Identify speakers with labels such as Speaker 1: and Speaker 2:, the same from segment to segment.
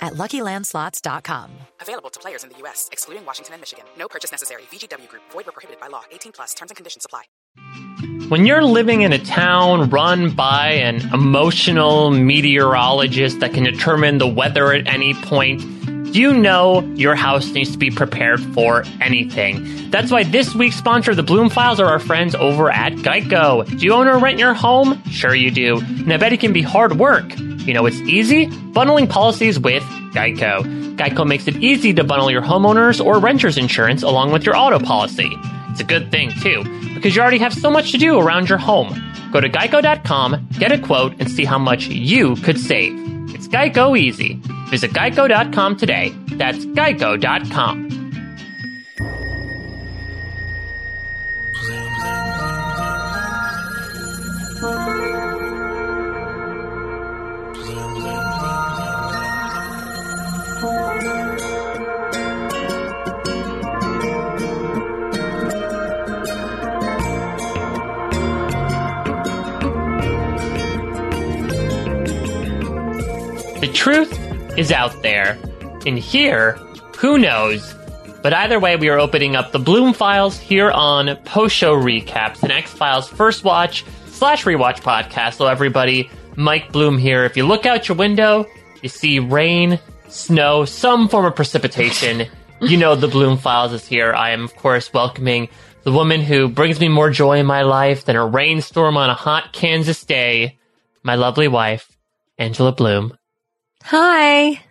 Speaker 1: at luckylandslots.com.
Speaker 2: Available to players in the U.S., excluding Washington and Michigan. No purchase necessary. VGW Group, void were prohibited by law. 18 plus terms and conditions apply.
Speaker 3: When you're living in a town run by an emotional meteorologist that can determine the weather at any point, you know your house needs to be prepared for anything. That's why this week's sponsor of the Bloom Files are our friends over at Geico. Do you own or rent your home? Sure you do. And I bet it can be hard work. You know it's easy? Bundling policies with Geico. Geico makes it easy to bundle your homeowners or renters insurance along with your auto policy. It's a good thing, too, because you already have so much to do around your home. Go to geico.com, get a quote, and see how much you could save. It's Geico easy. Visit geico.com today. That's geico.com. The truth is out there. In here, who knows? But either way, we are opening up the Bloom Files here on post show recaps, the X Files first watch slash rewatch podcast. Hello, everybody. Mike Bloom here. If you look out your window, you see rain, snow, some form of precipitation. you know the Bloom Files is here. I am, of course, welcoming the woman who brings me more joy in my life than a rainstorm on a hot Kansas day, my lovely wife, Angela Bloom.
Speaker 4: Hi.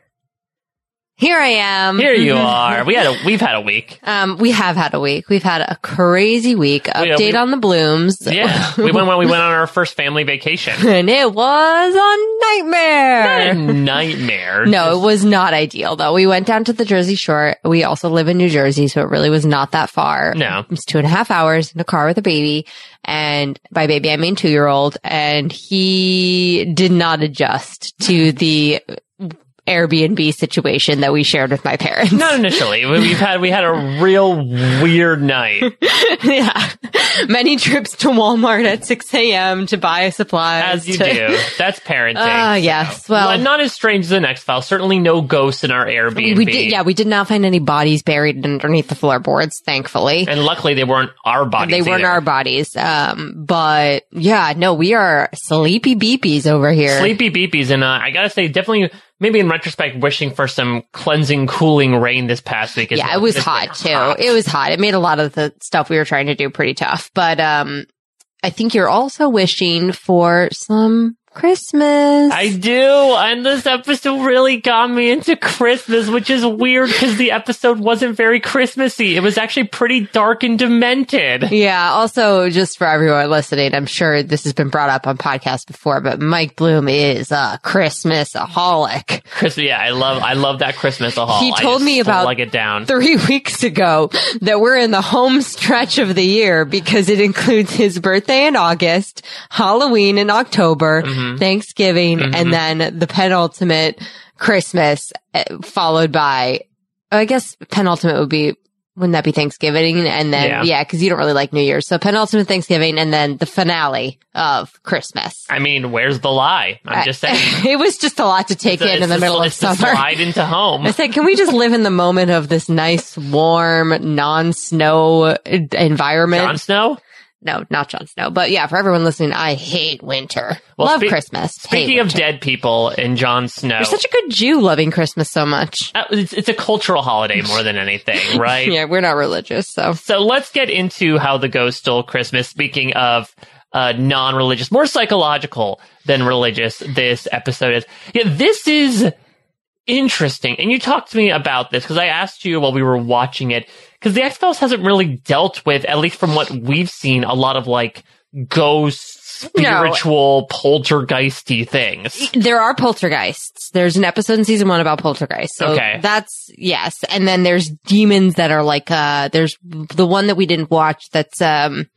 Speaker 4: Here I am.
Speaker 3: Here you are. We had a we've had a week.
Speaker 4: Um, we have had a week. We've had a crazy week. Update
Speaker 3: we-
Speaker 4: on the blooms.
Speaker 3: Yeah, we went when we went on our first family vacation.
Speaker 4: and it was a
Speaker 3: A
Speaker 4: nightmare.
Speaker 3: nightmare.
Speaker 4: No, it was not ideal though. We went down to the Jersey Shore. We also live in New Jersey, so it really was not that far.
Speaker 3: No.
Speaker 4: It was two and a half hours in a car with a baby. And by baby, I mean two year old. And he did not adjust to the Airbnb situation that we shared with my parents.
Speaker 3: not initially. We- We've had we had a real weird night.
Speaker 4: yeah. Many trips to Walmart at 6 a.m. to buy supplies.
Speaker 3: As you
Speaker 4: to-
Speaker 3: do. That's parenting.
Speaker 4: Ah, yes. Well,
Speaker 3: Well, not as strange as the next file. Certainly no ghosts in our Airbnb.
Speaker 4: we did, yeah, we did not find any bodies buried underneath the floorboards, thankfully.
Speaker 3: And luckily they weren't our bodies.
Speaker 4: They weren't
Speaker 3: either.
Speaker 4: our bodies. Um, but yeah, no, we are sleepy beepies over here.
Speaker 3: Sleepy beepies, and uh, I gotta say, definitely, maybe in retrospect, wishing for some cleansing, cooling rain this past week. as
Speaker 4: yeah,
Speaker 3: well.
Speaker 4: it was
Speaker 3: It's been
Speaker 4: hot too. It was hot. It made a lot of the stuff we were trying to do pretty tough. But, um, I think you're also wishing for some Christmas.
Speaker 3: I do, and this episode really got me into Christmas, which is weird because the episode wasn't very Christmassy. It was actually pretty dark and demented.
Speaker 4: Yeah. Also, just for everyone listening, I'm sure this has been brought up on podcasts before, but Mike Bloom is a Christmas aholic.
Speaker 3: Christmas, yeah, I love, I love that Christmas haul.
Speaker 4: He
Speaker 3: I
Speaker 4: told
Speaker 3: just
Speaker 4: me about
Speaker 3: slug it down.
Speaker 4: Three weeks ago, that we're in the home stretch of the year because it includes his birthday in August, Halloween in October,
Speaker 3: Mm-hmm.
Speaker 4: Thanksgiving, and then the penultimate Christmas, eh, followed by, oh, I guess penultimate would be. Wouldn't that be Thanksgiving? And
Speaker 3: Yeah.
Speaker 4: then, yeah, because you don't really like New Year's. So penultimate Thanksgiving and then the finale of Christmas.
Speaker 3: I mean, where's the lie? I'm just saying.
Speaker 4: it was just a lot to take
Speaker 3: It's a-
Speaker 4: in in
Speaker 3: it's
Speaker 4: the
Speaker 3: a
Speaker 4: middle of
Speaker 3: sli- it's a
Speaker 4: summer.
Speaker 3: Slide into
Speaker 4: I
Speaker 3: home.
Speaker 4: said, can we just live in the moment of this nice, warm, non-snow environment?
Speaker 3: Jon Snow?
Speaker 4: No, not Jon Snow. But yeah, for everyone listening, I hate winter.
Speaker 3: Well,
Speaker 4: Love
Speaker 3: spe-
Speaker 4: Christmas. Hate
Speaker 3: Speaking of
Speaker 4: winter.
Speaker 3: dead people in Jon Snow,
Speaker 4: You're such a good Jew loving Christmas so much.
Speaker 3: Uh, it's, it's a cultural holiday more than anything, right?
Speaker 4: Yeah, we're not religious, so.
Speaker 3: So let's get into how the ghost stole Christmas. Speaking of uh, non-religious, more psychological than religious, this episode is. Yeah, this is interesting. And you talked to me about this because I asked you while we were watching it because the X Files hasn't really dealt with, at least from what we've seen, a lot of like ghosts,
Speaker 4: No.
Speaker 3: spiritual, poltergeisty things.
Speaker 4: There are poltergeists. There's an episode in season one about poltergeists. So
Speaker 3: Okay.
Speaker 4: That's, yes. And then there's demons that are like, uh, there's the one that we didn't watch that's, um,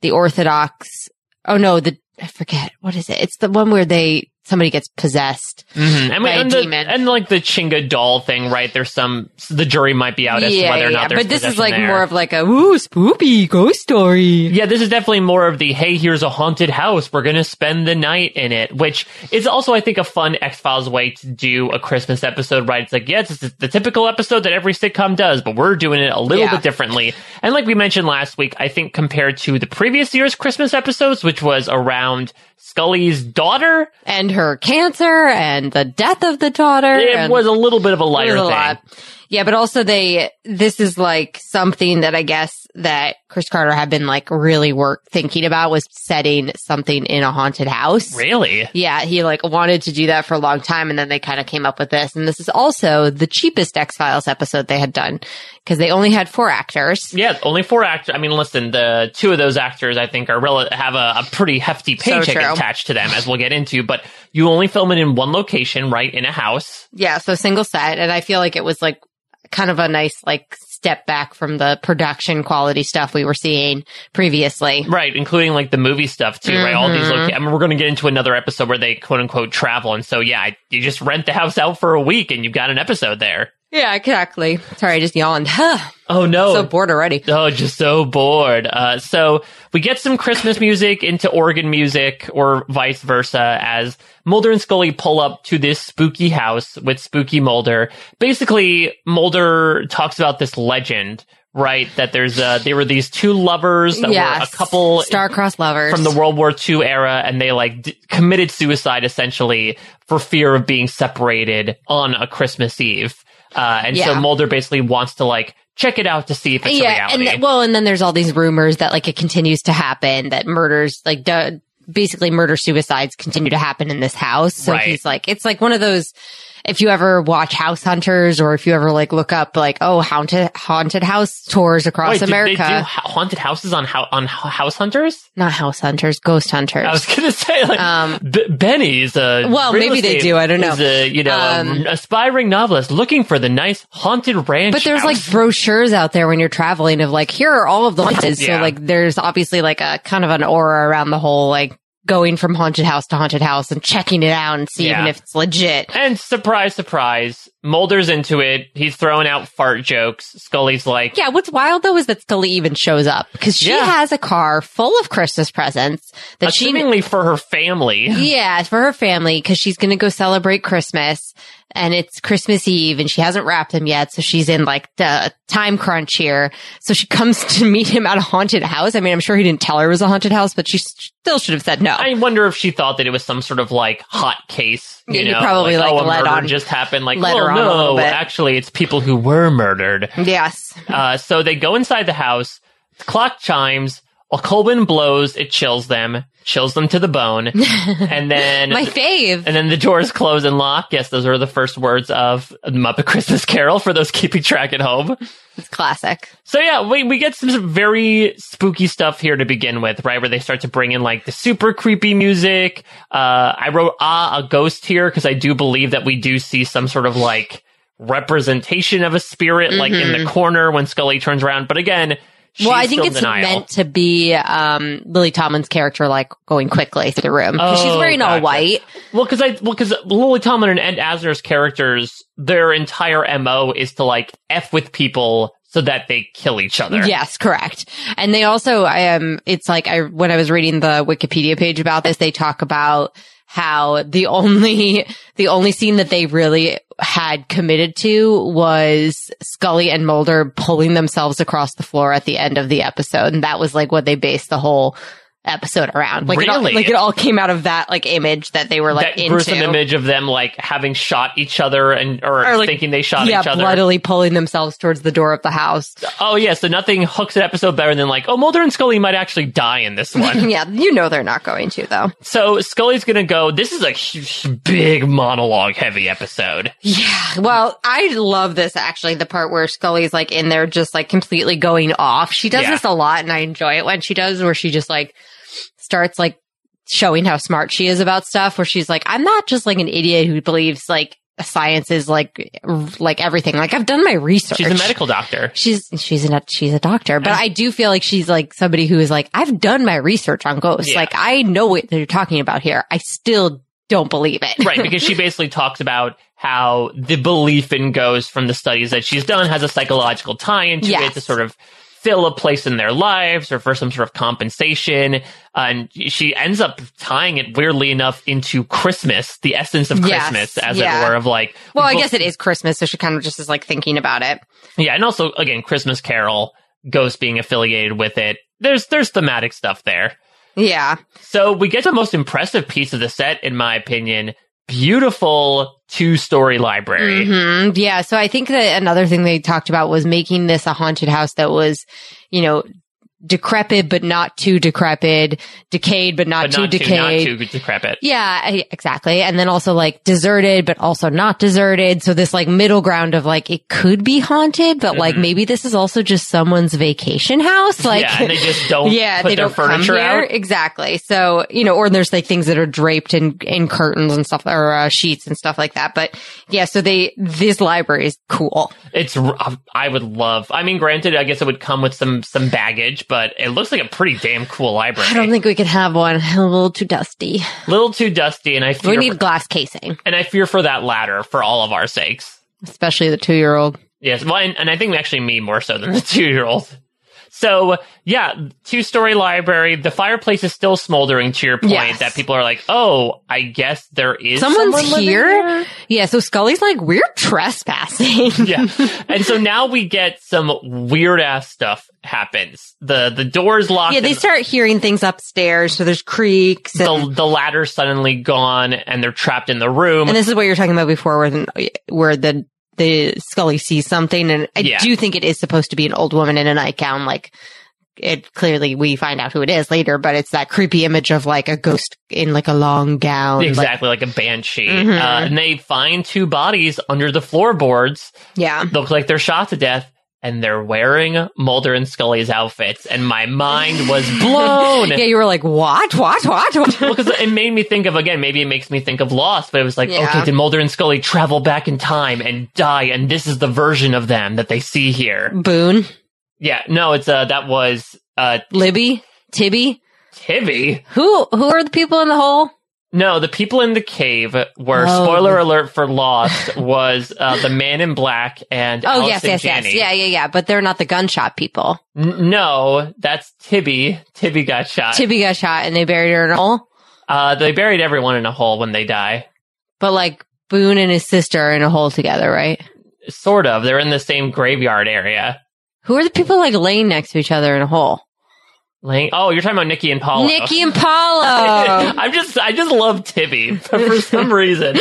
Speaker 4: the Orthodox. Oh no, the, I forget. What is it? It's the one where they, somebody gets possessed.
Speaker 3: Mhm. And, we-
Speaker 4: By a
Speaker 3: and the-
Speaker 4: demon.
Speaker 3: and, like the Chinga doll thing, right? There's some the jury might be out as to whether or not there's
Speaker 4: But this is
Speaker 3: possession
Speaker 4: like
Speaker 3: there.
Speaker 4: more of like a, ooh, spoopy ghost story.
Speaker 3: Yeah, this is definitely more of the hey, here's a haunted house. We're going to spend the night in it, which is also, I think, a fun X Files way to do a Christmas episode, right? It's like, yeah, it's the typical episode that every sitcom does, but we're doing it a little
Speaker 4: Yeah.
Speaker 3: bit differently. And like we mentioned last week, I think compared to the previous year's Christmas episodes, which was around Scully's daughter,
Speaker 4: And her cancer and the death of the daughter.
Speaker 3: it
Speaker 4: and-
Speaker 3: was a little bit of a lighter
Speaker 4: There's
Speaker 3: thing.
Speaker 4: Yeah, but also they this is like something that I guess that Chris Carter had been like really work thinking about was setting something in a haunted house.
Speaker 3: Really?
Speaker 4: Yeah, he like wanted to do that for a long time and then they kind of came up with this. And this is also the cheapest X-Files episode they had done because they only had four actors.
Speaker 3: Yeah, only four actors. I mean, listen, the two of those actors I think are rel- have a, a pretty hefty paycheck
Speaker 4: true.
Speaker 3: attached to them, as we'll get into. But you only film it in one location, right, in a house.
Speaker 4: Yeah, so single set and I feel like it was like kind of a nice like step back from the production quality stuff we were seeing previously.
Speaker 3: Right, including like the movie stuff too, right? All
Speaker 4: Mm-hmm.
Speaker 3: these loca- I mean, we're going to get into another episode where they quote unquote travel. And so, yeah, I- you just rent the house out for a week and you've got an episode there.
Speaker 4: Yeah, exactly. Sorry, I just yawned.
Speaker 3: Oh, no.
Speaker 4: so bored already.
Speaker 3: Oh, just so bored. Uh, so we get some Christmas music into Oregon music or vice versa as Mulder and Scully pull up to this spooky house with spooky Mulder. Basically, Mulder talks about this legend, right? That there's, uh, there were these two lovers that were a couple
Speaker 4: star-crossed lovers
Speaker 3: from the World War II era and they like d- committed suicide essentially for fear of being separated on a Christmas Eve. Uh, and so
Speaker 4: Yeah.
Speaker 3: Mulder basically wants to like check it out to see if it's a
Speaker 4: yeah,
Speaker 3: reality.
Speaker 4: and th- well, and then there's all these rumors that like it continues to happen that murders like du- basically murder suicides continue to happen in this house. So
Speaker 3: Right.
Speaker 4: he's like, it's like one of those. If you ever watch House Hunters, or if you ever like look up like oh haunted haunted house tours across
Speaker 3: Wait, did
Speaker 4: America,
Speaker 3: They do ha- haunted houses on hou- on h- house hunters.
Speaker 4: not House Hunters, Ghost Hunters.
Speaker 3: I was gonna say like B- Benny's a
Speaker 4: Um, Well,
Speaker 3: real
Speaker 4: maybe they
Speaker 3: estate-
Speaker 4: do, I don't know.
Speaker 3: Is a, you know, um,
Speaker 4: Um,
Speaker 3: aspiring novelist looking for the nice haunted ranch.
Speaker 4: But there's like
Speaker 3: house.
Speaker 4: brochures out there when you're traveling of like, here are all of the haunted.
Speaker 3: Yeah.
Speaker 4: So like, there's obviously like a kind of an aura around the whole like going from haunted house to haunted house and checking it out and seeing
Speaker 3: Yeah.
Speaker 4: if it's legit.
Speaker 3: and surprise, surprise, Mulder's into it. He's throwing out fart jokes. Scully's like,
Speaker 4: Yeah, what's wild though is that Scully even shows up because she
Speaker 3: Yeah.
Speaker 4: has a car full of Christmas presents that she
Speaker 3: assumingly for her family.
Speaker 4: yeah for her family because she's gonna go celebrate Christmas and it's Christmas Eve and she hasn't wrapped them yet, so she's in like the time crunch here. So she comes to meet him at a haunted house. I mean, I'm sure he didn't tell her it was a haunted house, but she still should have said no.
Speaker 3: I wonder if she thought that it was some sort of like hot case. You
Speaker 4: Yeah, you
Speaker 3: know,
Speaker 4: probably,
Speaker 3: like,
Speaker 4: like,
Speaker 3: oh, a
Speaker 4: let
Speaker 3: murder
Speaker 4: on-
Speaker 3: just happened. Like,
Speaker 4: let
Speaker 3: oh
Speaker 4: her on a
Speaker 3: no,
Speaker 4: little bit.
Speaker 3: actually, it's people who were murdered.
Speaker 4: yes,
Speaker 3: Uh, so they go inside the house. The clock chimes. A cold wind blows. It chills them, chills them to the bone, and then
Speaker 4: my fave.
Speaker 3: and then the doors close and lock. Yes, those are the first words of Muppet Christmas Carol for those keeping track at home.
Speaker 4: It's classic.
Speaker 3: So yeah, we we get some very spooky stuff here to begin with, right? Where they start to bring in like the super creepy music. Uh, I wrote ah a ghost here because I do believe that we do see some sort of like representation of a spirit, like in the corner when Scully turns around. But again, she's
Speaker 4: well, I think
Speaker 3: still in
Speaker 4: it's
Speaker 3: denial.
Speaker 4: meant to be um, Lily Tomlin's character like going quickly through the room 'Cause she's
Speaker 3: Oh,
Speaker 4: wearing all
Speaker 3: gotcha.
Speaker 4: white.
Speaker 3: Well, because I well because Lily Tomlin and Ed Asner's characters, their entire mo is to like f with people so that they kill each other.
Speaker 4: Yes, correct. And um, they also, I am, it's like I, when I was reading the Wikipedia page about this, they talk about how the only, the only scene that they really had committed to was Scully and Mulder pulling themselves across the floor at the end of the episode. And that was like what they based the whole episode around. Like, it all,
Speaker 3: Really?
Speaker 4: like it all came out of that like image that they were like
Speaker 3: that
Speaker 4: into.
Speaker 3: gruesome image of them like having shot each other and or,
Speaker 4: Or, like,
Speaker 3: thinking they shot
Speaker 4: yeah,
Speaker 3: each other.
Speaker 4: bloodily pulling themselves towards the door of the house.
Speaker 3: Oh yeah, so nothing hooks an episode better than like, oh, Mulder and Scully might actually die in this one.
Speaker 4: yeah, you know they're not going to though.
Speaker 3: so Scully's gonna go. This is a huge, big monologue heavy episode.
Speaker 4: Yeah. Well, I love this actually, the part where Scully's like in there just like completely going off. She does
Speaker 3: Yeah.
Speaker 4: this a lot and I enjoy it when she does where she just like starts like showing how smart she is about stuff where she's like, I'm not just like an idiot who believes like science is like, r- like everything. Like I've done my research.
Speaker 3: She's a medical doctor.
Speaker 4: She's she's a she's a doctor, but I do feel like she's like somebody who is like I've done my research on ghosts.
Speaker 3: Yeah.
Speaker 4: Like I know what they're talking about here. I still don't believe it.
Speaker 3: right because she basically talks about how the belief in ghosts from the studies that she's done has a psychological tie into it
Speaker 4: Yes.
Speaker 3: to sort of fill a place in their lives or for some sort of compensation and she ends up tying it weirdly enough into christmas the essence of
Speaker 4: Yes,
Speaker 3: christmas as
Speaker 4: yeah.
Speaker 3: it were of like
Speaker 4: Well, I
Speaker 3: bo-
Speaker 4: guess it is Christmas, so she kind of just is like thinking about it.
Speaker 3: yeah and also again christmas carol ghosts being affiliated with it there's there's thematic stuff there
Speaker 4: Yeah.
Speaker 3: So we get to the most impressive piece of the set, in my opinion. Beautiful two story library.
Speaker 4: hmm Yeah. So I think that another thing they talked about was making this a haunted house that was, you know, decrepit but not too decrepit, decayed but not
Speaker 3: But
Speaker 4: too
Speaker 3: not too, not
Speaker 4: decayed.
Speaker 3: too decrepit.
Speaker 4: Yeah, I- exactly. And then also like deserted, but also not deserted. So this like middle ground of like, it could be haunted, but like maybe this is also just someone's vacation house. Like,
Speaker 3: yeah, and they just don't
Speaker 4: yeah,
Speaker 3: put
Speaker 4: they
Speaker 3: their
Speaker 4: don't
Speaker 3: furniture
Speaker 4: come here.
Speaker 3: out.
Speaker 4: Exactly. So, you know, or there's like things that are draped in, in curtains and stuff or uh, sheets and stuff like that. But yeah, so they, this library is cool.
Speaker 3: It's r- I would love. I mean, granted, I guess it would come with some some baggage, but it looks like a pretty damn cool library.
Speaker 4: I don't think we could have one. A little too dusty.
Speaker 3: Little too dusty, and I fear
Speaker 4: We need glass casing,
Speaker 3: and I fear for that latter for all of our sakes.
Speaker 4: especially the two year old.
Speaker 3: Yes, well, and, and I think actually me more so than the two year old. So yeah, two story library. The fireplace is still smoldering. To your point,
Speaker 4: Yes.
Speaker 3: that people are like, oh, I guess there is
Speaker 4: Someone's
Speaker 3: someone living
Speaker 4: here? Yeah. So Scully's like, we're trespassing.
Speaker 3: yeah. And so now we get some weird ass stuff happens. The the doors locked.
Speaker 4: Yeah, they
Speaker 3: and
Speaker 4: start hearing things upstairs. So there's creaks. And,
Speaker 3: the, the ladder's suddenly gone, and they're trapped in the room.
Speaker 4: and this is what you're talking about before where the, where the, the Scully sees something. And I
Speaker 3: Yeah.
Speaker 4: do think it is supposed to be an old woman in a nightgown. Like it clearly we find out who it is later, but it's that creepy image of like a ghost in like a long gown. like-
Speaker 3: exactly like, a banshee.
Speaker 4: Mhm.
Speaker 3: Uh, and they find two bodies under the floorboards.
Speaker 4: yeah.
Speaker 3: look like they're shot to death and they're wearing Mulder and Scully's outfits and my mind was blown.
Speaker 4: Yeah. You were like, what, what, what, what?
Speaker 3: Because it made me think of again, maybe it makes me think of Lost, but it was like,
Speaker 4: Yeah.
Speaker 3: okay, did Mulder and Scully travel back in time and die, and this is the version of them that they see here?
Speaker 4: Boone,
Speaker 3: Yeah, no, it's uh, that was uh,
Speaker 4: Libby, Tibby.
Speaker 3: Tibby.
Speaker 4: Who, who are the people in the hole?
Speaker 3: No, the people in the cave were
Speaker 4: Oh.
Speaker 3: spoiler alert for Lost was uh, the Man in Black and
Speaker 4: Oh,
Speaker 3: Alice
Speaker 4: yes,
Speaker 3: and
Speaker 4: yes, yes.
Speaker 3: Janney.
Speaker 4: Yeah, yeah, yeah. But they're not the gunshot people.
Speaker 3: N- no, that's Tibby. Tibby got shot.
Speaker 4: Tibby got shot and they buried her in a hole.
Speaker 3: Uh, they buried everyone in a hole when they die.
Speaker 4: But like Boone and his sister are in a hole together, right?
Speaker 3: Sort of. They're in the same graveyard area.
Speaker 4: Who are the people like laying next to each other in a hole?
Speaker 3: Like, oh, you're talking about Nikki and Paul.
Speaker 4: Nikki and Paolo.
Speaker 3: I'm just, I just love Tibby for, for some reason.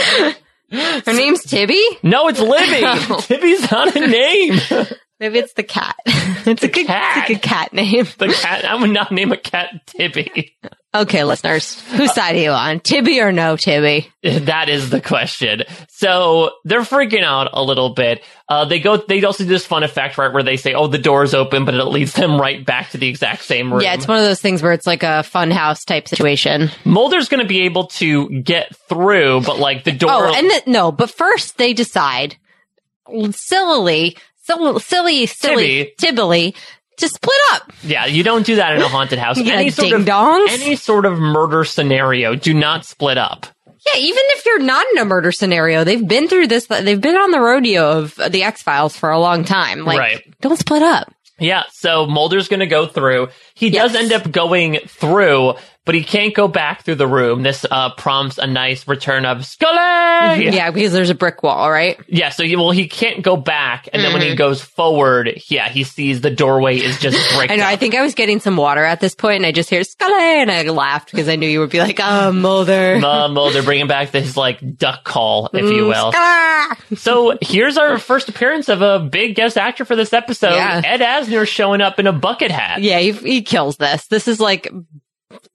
Speaker 4: Her name's Tibby.
Speaker 3: No, it's Libby.
Speaker 4: Oh.
Speaker 3: Tibby's not a name.
Speaker 4: Maybe it's the cat. it's a good, It's
Speaker 3: cat.
Speaker 4: a good cat name.
Speaker 3: The cat. I would not name a cat Tibby.
Speaker 4: Okay, listeners, whose side are you on, Tibby or no Tibby?
Speaker 3: That is the question. So they're freaking out a little bit. Uh, they go. They also do this fun effect, right, where they say, "Oh, the door's open," but it leads them right back to the exact same room.
Speaker 4: Yeah, it's one of those things where it's like a fun house type situation.
Speaker 3: Mulder's going to be able to get through, but like the door.
Speaker 4: Oh, and th- no, but first they decide sillily, so, silly, silly, tibbly to split up.
Speaker 3: Yeah, you don't do that in a haunted house.
Speaker 4: Yeah,
Speaker 3: any sort of
Speaker 4: ding-dongs.
Speaker 3: any sort of murder scenario, do not split up.
Speaker 4: Yeah, even if you're not in a murder scenario, they've been through this. They've been on the rodeo of the X Files for a long time. Like,
Speaker 3: Right.
Speaker 4: don't split up.
Speaker 3: Yeah, so Mulder's going to go through. He does
Speaker 4: Yes.
Speaker 3: end up going through, but he can't go back through the room. This uh, prompts a nice return of Scully. Yeah.
Speaker 4: Yeah, because there's a brick wall, right?
Speaker 3: Yeah, so he, well, he can't go back, and then when he goes forward, yeah, he sees the doorway is just
Speaker 4: Mm-hmm.
Speaker 3: bricked
Speaker 4: I know.
Speaker 3: up.
Speaker 4: I think I was getting some water at this point, and I just hear Scully, and I laughed because I knew you would be like, "Oh, Mulder."
Speaker 3: Uh, Mulder bringing back this like duck call, if
Speaker 4: Mm,
Speaker 3: you will.
Speaker 4: Scully!
Speaker 3: So here's our first appearance of a big guest actor for this episode.
Speaker 4: Yeah.
Speaker 3: Ed Asner showing up in a bucket hat.
Speaker 4: Yeah, he, he kills this. This is like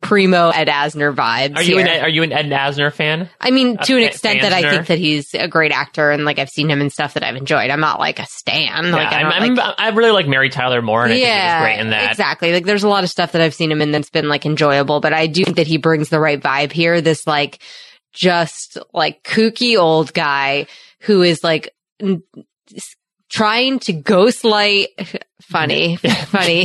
Speaker 4: primo Ed Asner vibes.
Speaker 3: Are you
Speaker 4: here.
Speaker 3: an are you an Ed Asner fan?
Speaker 4: I mean, to an
Speaker 3: fa-
Speaker 4: extent that I
Speaker 3: fansner?
Speaker 4: think that he's a great actor, and like I've seen him in stuff that I've enjoyed. I'm not like a stan. like
Speaker 3: yeah,
Speaker 4: I
Speaker 3: I'm,
Speaker 4: don't,
Speaker 3: I'm,
Speaker 4: like,
Speaker 3: I really like Mary Tyler Moore, and I think he was great in that.
Speaker 4: Exactly. Like there's a lot of stuff that I've seen him in that's been like enjoyable, but I do think that he brings the right vibe here. This like just like kooky old guy who is like n- s- trying to ghostlight funny, funny.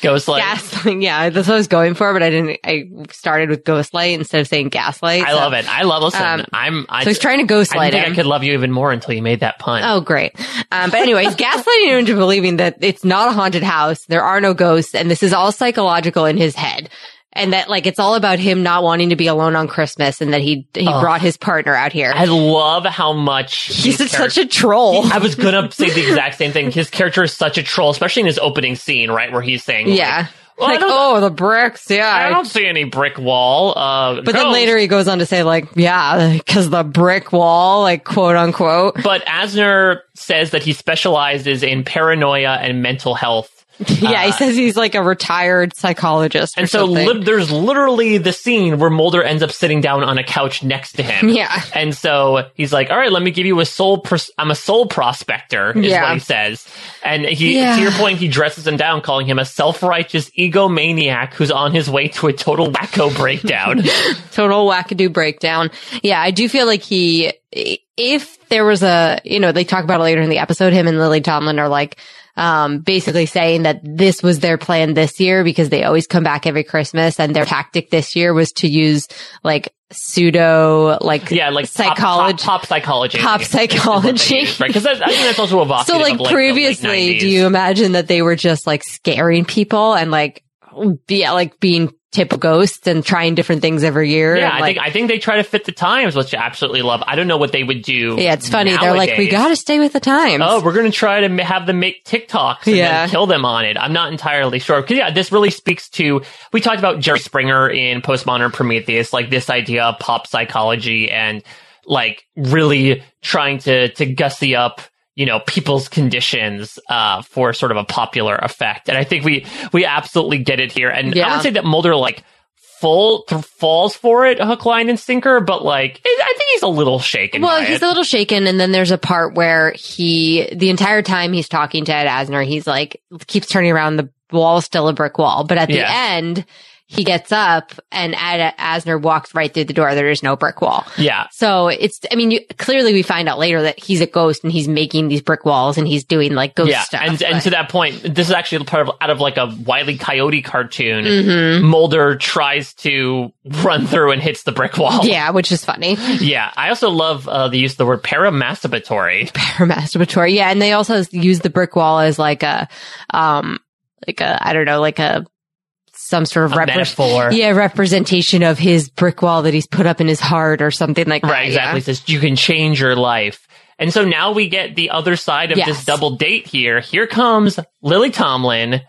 Speaker 3: Ghostlight.
Speaker 4: Gaslight, yeah, that's what I was going for, but I didn't. I started with ghostlight instead of saying gaslight.
Speaker 3: I
Speaker 4: so-
Speaker 3: love it. I love. Listen,
Speaker 4: Um,
Speaker 3: I'm. I,
Speaker 4: So he's trying to
Speaker 3: I
Speaker 4: ghostlight
Speaker 3: didn't think I
Speaker 4: him.
Speaker 3: could love you even more until you made that pun.
Speaker 4: Oh, great. Um, but anyways, gaslighting him into believing that it's not a haunted house. There are no ghosts and this is all psychological in his head. And that like, it's all about him not wanting to be alone on Christmas and that he, he brought his partner out here.
Speaker 3: Oh. I love how much
Speaker 4: He's
Speaker 3: these
Speaker 4: such a troll.
Speaker 3: I was gonna say the exact same thing. His character is such a troll, especially in his opening scene, right, where he's saying, like,
Speaker 4: yeah.
Speaker 3: well, I
Speaker 4: like,
Speaker 3: don't-
Speaker 4: oh, the bricks. Yeah.
Speaker 3: "I don't see any brick wall." Uh,
Speaker 4: but then
Speaker 3: girls.
Speaker 4: later he goes on to say like, yeah, cause the brick wall, like quote unquote.
Speaker 3: but Asner says that he specializes in paranoia and mental health.
Speaker 4: Yeah, Uh, he says he's like a retired psychologist. Or
Speaker 3: And so
Speaker 4: something.
Speaker 3: li- there's literally the scene where Mulder ends up sitting down on a couch next to him.
Speaker 4: Yeah.
Speaker 3: And so he's like, "All right, let me give you a soul. Pros- I'm a soul prospector," is
Speaker 4: Yeah.
Speaker 3: what he says. And he,
Speaker 4: Yeah.
Speaker 3: to your point, he dresses him down, calling him a self-righteous egomaniac who's on his way to a total wacko breakdown.
Speaker 4: total wackadoo breakdown. Yeah, I do feel like he, if there was a, you know, they talk about it later in the episode, him and Lily Tomlin are like, um, basically saying that this was their plan this year because they always come back every Christmas and their tactic this year was to use like pseudo, like,
Speaker 3: yeah, like
Speaker 4: psychology.
Speaker 3: pop, pop, pop psychology,
Speaker 4: Pop
Speaker 3: is what they
Speaker 4: psychology.
Speaker 3: use, right? Because I, I think that's also evocative.
Speaker 4: so like,
Speaker 3: of, like the late
Speaker 4: previously,
Speaker 3: 90s.
Speaker 4: do you imagine that they were just like scaring people and like, be like being tip ghosts and trying different things every year?
Speaker 3: Yeah,
Speaker 4: and,
Speaker 3: I
Speaker 4: like,
Speaker 3: think I think they try to fit the times, which I absolutely love. I don't know what they would do.
Speaker 4: Yeah, it's funny. They're like, we
Speaker 3: nowadays.
Speaker 4: got to stay with the times.
Speaker 3: Oh, we're gonna try to m- have them make TikToks and
Speaker 4: Yeah.
Speaker 3: then kill them on it. I'm not entirely sure because yeah, this really speaks to we talked about Jerry Springer in Postmodern Prometheus, like this idea of pop psychology and like really trying to to gussy up you know people's conditions uh, for sort of a popular effect. And I think we we absolutely get it here. And I
Speaker 4: Yeah.
Speaker 3: would say that Mulder like. Full th- falls for it, hook, line, and sinker. But like, I I think he's a little shaken.
Speaker 4: well,
Speaker 3: by
Speaker 4: he's
Speaker 3: it.
Speaker 4: a little shaken, and then there's a part where he, the entire time he's talking to Ed Asner, he's like keeps turning around. The wall's still a brick wall, but at the
Speaker 3: Yeah.
Speaker 4: end, he gets up, and Ed Asner walks right through the door. There is no brick wall.
Speaker 3: yeah.
Speaker 4: So it's, I mean, you, clearly we find out later that he's a ghost and he's making these brick walls and he's doing like ghost
Speaker 3: yeah,
Speaker 4: stuff.
Speaker 3: and and
Speaker 4: but-
Speaker 3: to that point, this is actually part of out of like a Wile E. Coyote cartoon.
Speaker 4: Mm-hmm.
Speaker 3: Mulder tries to run through and hits the brick wall.
Speaker 4: yeah, which is funny.
Speaker 3: yeah. I also love uh, the use of the word paramasturbatory.
Speaker 4: her masturbatory. Yeah, and they also use the brick wall as like a, um, like a I don't know, like a some sort of
Speaker 3: A metaphor.
Speaker 4: Yeah, representation of his brick wall that he's put up in his heart or something like that.
Speaker 3: Right, exactly.
Speaker 4: yeah.
Speaker 3: Says you can change your life. And so now we get the other side of this
Speaker 4: Yes.
Speaker 3: double date here. Here comes Lily Tomlin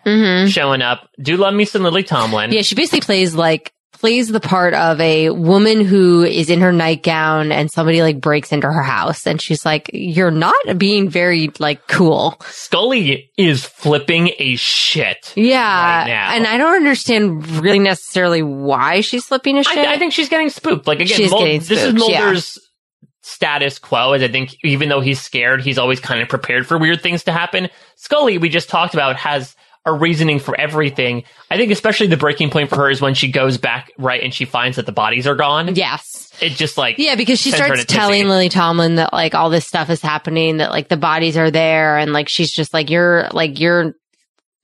Speaker 3: showing up. Do love me some Lily Tomlin.
Speaker 4: Mm. Mm-hmm. Yeah, she basically plays like plays the part of a woman who is in her nightgown and somebody like breaks into her house and she's like, "You're not being very like cool."
Speaker 3: Scully is flipping a shit.
Speaker 4: Yeah,
Speaker 3: Right now.
Speaker 4: and I don't understand really necessarily why she's slipping a shit.
Speaker 3: I, I think she's getting spooked. Like again,
Speaker 4: She's
Speaker 3: Mul-
Speaker 4: getting
Speaker 3: this is
Speaker 4: spooked, yeah.
Speaker 3: Mulder's status quo. Is I think even though he's scared, he's always kind of prepared for weird things to happen. Scully, we just talked about, has a reasoning for everything. I think especially the breaking point for her is when she goes back right and she finds that the bodies are gone.
Speaker 4: yes.
Speaker 3: It just like
Speaker 4: Yeah, because she
Speaker 3: sends her
Speaker 4: starts
Speaker 3: in a tizzy.
Speaker 4: telling Lily Tomlin that like all this stuff is happening, that like the bodies are there, and like she's just like you're like you're,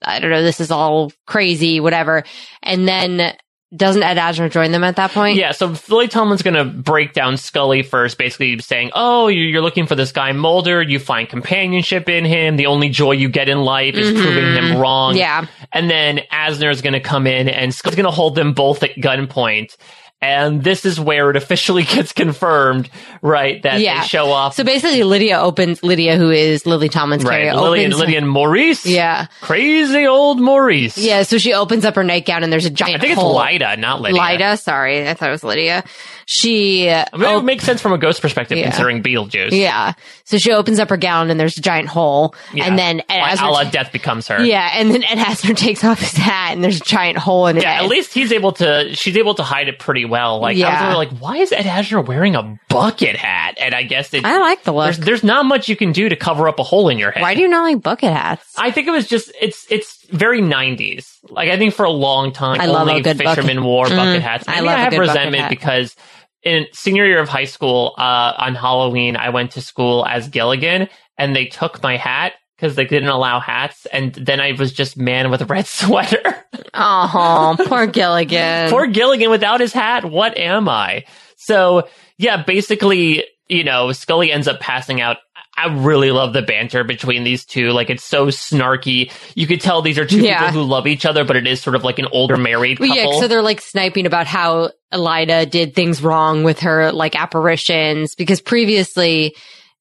Speaker 4: I don't know, this is all crazy, whatever. And then doesn't Ed Asner join them at that point?
Speaker 3: Yeah, so Lily Tomlin's going to break down Scully first, basically saying, Oh, you- you're looking for this guy Mulder. You find companionship in him. The only joy you get in life is proving him wrong.
Speaker 4: Mm-hmm. Yeah.
Speaker 3: And then Asner is going to come in and Scully's going to hold them both at gunpoint. And this is where it officially gets confirmed, right? That
Speaker 4: Yeah.
Speaker 3: they show up.
Speaker 4: So basically, Lydia opens Lydia, who is Lily Tomlin's
Speaker 3: right.
Speaker 4: carrier.
Speaker 3: Lily and,
Speaker 4: opens-
Speaker 3: Lily and Maurice.
Speaker 4: Yeah.
Speaker 3: Crazy old Maurice.
Speaker 4: Yeah, so she opens up her nightgown and there's a giant.
Speaker 3: I think it's
Speaker 4: hole.
Speaker 3: Lyda, not Lydia.
Speaker 4: Lyda, sorry, I thought it was Lydia. She,
Speaker 3: I mean, It makes sense from a ghost perspective,
Speaker 4: Yeah.
Speaker 3: considering Beetlejuice.
Speaker 4: yeah. So she opens up her gown and there's a giant hole,
Speaker 3: Yeah.
Speaker 4: and then Ed
Speaker 3: like,
Speaker 4: Asner,
Speaker 3: a la death becomes her.
Speaker 4: yeah, and then Ed Asner takes off his hat and there's a giant hole in it.
Speaker 3: Yeah, at least he's able to. She's able to hide it pretty well. Like I was
Speaker 4: Yeah.
Speaker 3: really like, why is Ed Asner wearing a bucket hat? And I guess it,
Speaker 4: I like the look.
Speaker 3: there's there's not much you can do to cover up a hole in your head.
Speaker 4: Why do you not like bucket hats?
Speaker 3: I think it was just it's it's very nineties. Like I think for a long time,
Speaker 4: I love a
Speaker 3: only
Speaker 4: good bucket- Mm-hmm.
Speaker 3: fishermen wore bucket hats.
Speaker 4: I
Speaker 3: I, think
Speaker 4: love
Speaker 3: I
Speaker 4: a
Speaker 3: have
Speaker 4: good bucket
Speaker 3: resentment
Speaker 4: hat.
Speaker 3: because in senior year of high school, uh, on Halloween, I went to school as Gilligan, and they took my hat because they didn't allow hats, and then I was just man with a red sweater.
Speaker 4: Oh, poor Gilligan.
Speaker 3: Poor Gilligan without his hat. What am I? So yeah, basically, you know, Scully ends up passing out. I really love the banter between these two. Like it's so snarky. You could tell these are two
Speaker 4: Yeah.
Speaker 3: people who love each other, but it is sort of like an older married
Speaker 4: Well,
Speaker 3: couple.
Speaker 4: Yeah, so they're like sniping about how Elida did things wrong with her like apparitions because previously,